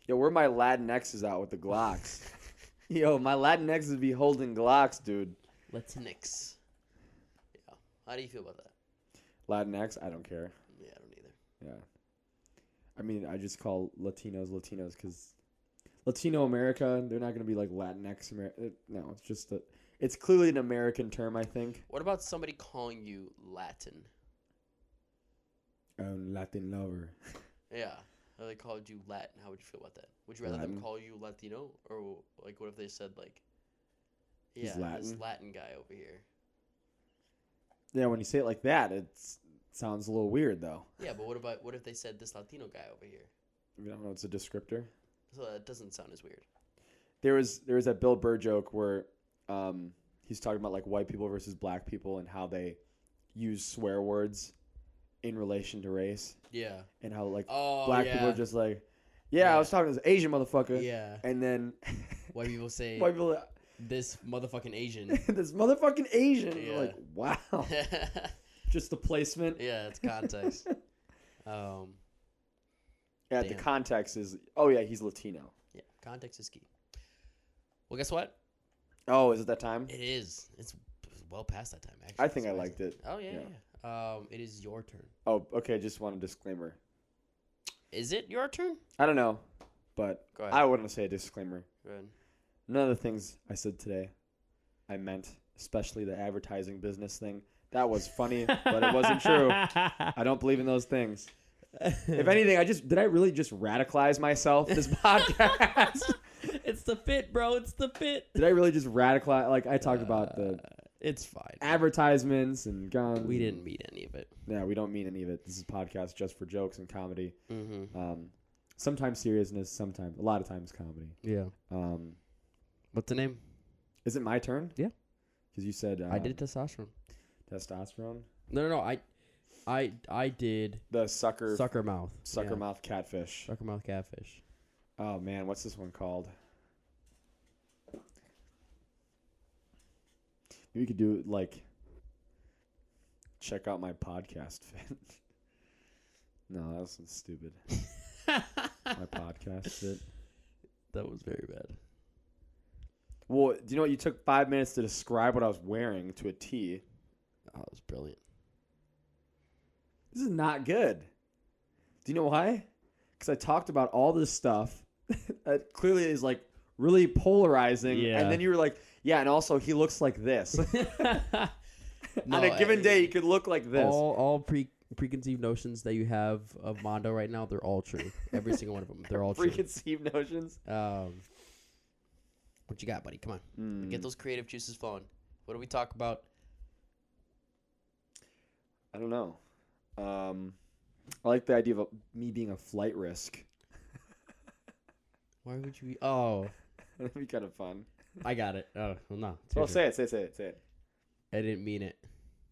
S2: Yo, where my Latinx is out with the Glocks.
S1: (laughs)
S2: Yo, my Latinx is be holding Glocks, dude.
S1: Latinx. Yeah. How do you feel about that?
S2: Latinx, I don't care.
S1: Yeah, I don't either.
S2: Yeah. I mean, I just call Latinos Latinos because Latino America, they're not going to be like Latinx America. No, it's just a, it's clearly an American term, I think.
S1: What about somebody calling you Latin?
S2: Um, Latin lover.
S1: Yeah. Or they called you Latin. How would you feel about that? Would you rather
S2: Latin?
S1: them call you Latino or like what if they said like, yeah,
S2: He's
S1: this
S2: Latin.
S1: Latin guy over here?
S2: Yeah, when you say it like that, it sounds a little weird, though.
S1: Yeah, but what about what if they said this Latino guy over here?
S2: I, mean, I don't know. It's a descriptor.
S1: So that doesn't sound as weird.
S2: There was there was that Bill Burr joke where um, he's talking about like white people versus black people and how they use swear words in relation to race
S1: Yeah.
S2: and how like
S1: Oh,
S2: black
S1: yeah.
S2: people are just like, yeah, I
S1: Yeah.
S2: was talking to this Asian motherfucker,
S1: Yeah.
S2: and then
S1: White people
S2: (laughs)
S1: say
S2: white people,
S1: this
S2: (laughs)
S1: motherfucking Asian. (laughs)
S2: this motherfucking Asian, You're
S1: Yeah.
S2: like
S1: (laughs)
S2: wow,
S1: yeah,
S2: just the placement.
S1: it's
S2: (laughs)
S1: context. Um,
S2: Yeah, the
S1: Damn.
S2: context is oh yeah, he's Latino.
S1: yeah, context is key. Well, guess what?
S2: Oh, is it that time?
S1: It is. It's it's well past that time. Actually,
S2: I think I
S1: It's
S2: liked it.
S1: amazing. Oh yeah. yeah. yeah. Um, it is your turn.
S2: Oh, okay. Just want a disclaimer.
S1: Is it your turn?
S2: I don't know, but
S1: Go
S2: I wouldn't say a disclaimer.
S1: Go ahead.
S2: None of the things I said today, I meant, especially the advertising business thing. That was funny, (laughs) but it
S1: (laughs)
S2: wasn't true. I don't believe in those things. If anything, I just did. I really just radicalize myself
S1: (laughs)
S2: this podcast.
S1: it's the fit, bro. It's the fit.
S2: did I really just radicalize? Like I talked about the
S1: It's fine.
S2: advertisements and guns.
S1: we didn't meet any of it.
S2: Yeah, we don't mean any of it. This is a podcast just for jokes and comedy.
S1: Mm-hmm.
S2: Um, sometimes seriousness, sometimes a lot of times comedy.
S1: Yeah.
S2: Um,
S1: What's the name?
S2: Is it my turn?
S1: Yeah.
S2: Because you said um,
S1: I did testosterone.
S2: testosterone.
S1: No, no, no. I, I, I did
S2: The sucker,
S1: sucker mouth.
S2: sucker
S1: Yeah.
S2: mouth catfish.
S1: Sucker mouth catfish.
S2: Oh man, what's this one called? Maybe we could do it like check out my podcast (laughs) fit. no, that was stupid. My podcast fit.
S1: that was very bad.
S2: Well, do you know what? You took five minutes to describe what I was wearing to a T.
S1: (laughs) Oh, that was brilliant.
S2: This is not good. Do you know why? Because I talked about all this stuff (laughs) that clearly is like really polarizing.
S1: Yeah.
S2: And then you were like, yeah, and also he looks like this. (laughs)
S1: No,
S2: (laughs)
S1: eh,
S2: On a given
S1: I-
S2: day, he could look like this. (laughs)
S1: All all pre preconceived notions that you have of Mondo right now, they're all true. Every single one of them, they're all true.
S2: Preconceived notions.
S1: Um, what you got, buddy? Come on,
S2: Hmm,
S1: get those creative juices flowing. What do we talk about?
S2: I don't know. Um, I like the idea of a, me being a flight risk. (laughs)
S1: Why would you? Be, oh,
S2: That'd be kind of
S1: (laughs)
S2: fun.
S1: I got it. Oh, well, no. it's your
S2: Well,
S1: turn.
S2: say it, say it, say it, say it.
S1: I didn't mean it.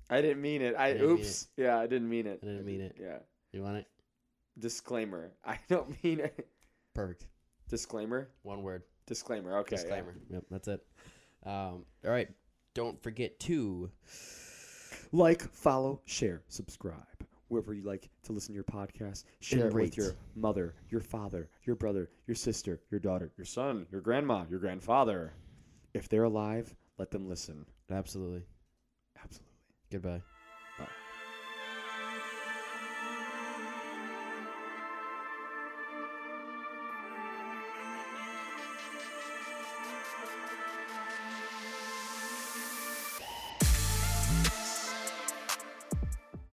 S2: I didn't mean it. I,
S1: I didn't mean
S2: oops. Yeah, I didn't mean it.
S1: I didn't mean it.
S2: Yeah.
S1: You want it?
S2: Disclaimer. (laughs) I don't mean it.
S1: Perfect.
S2: Disclaimer.
S1: One word.
S2: Disclaimer. Okay. yeah.
S1: disclaimer. Yep, that's it. Um, all right. Don't forget to.
S2: Like, follow, share, subscribe. Wherever you like to listen to your podcast, share it
S1: rate.
S2: with your mother, your father, your brother, your sister, your daughter, your son, your grandma, your grandfather. If they're alive, let them listen.
S1: Absolutely.
S2: Absolutely.
S1: Goodbye.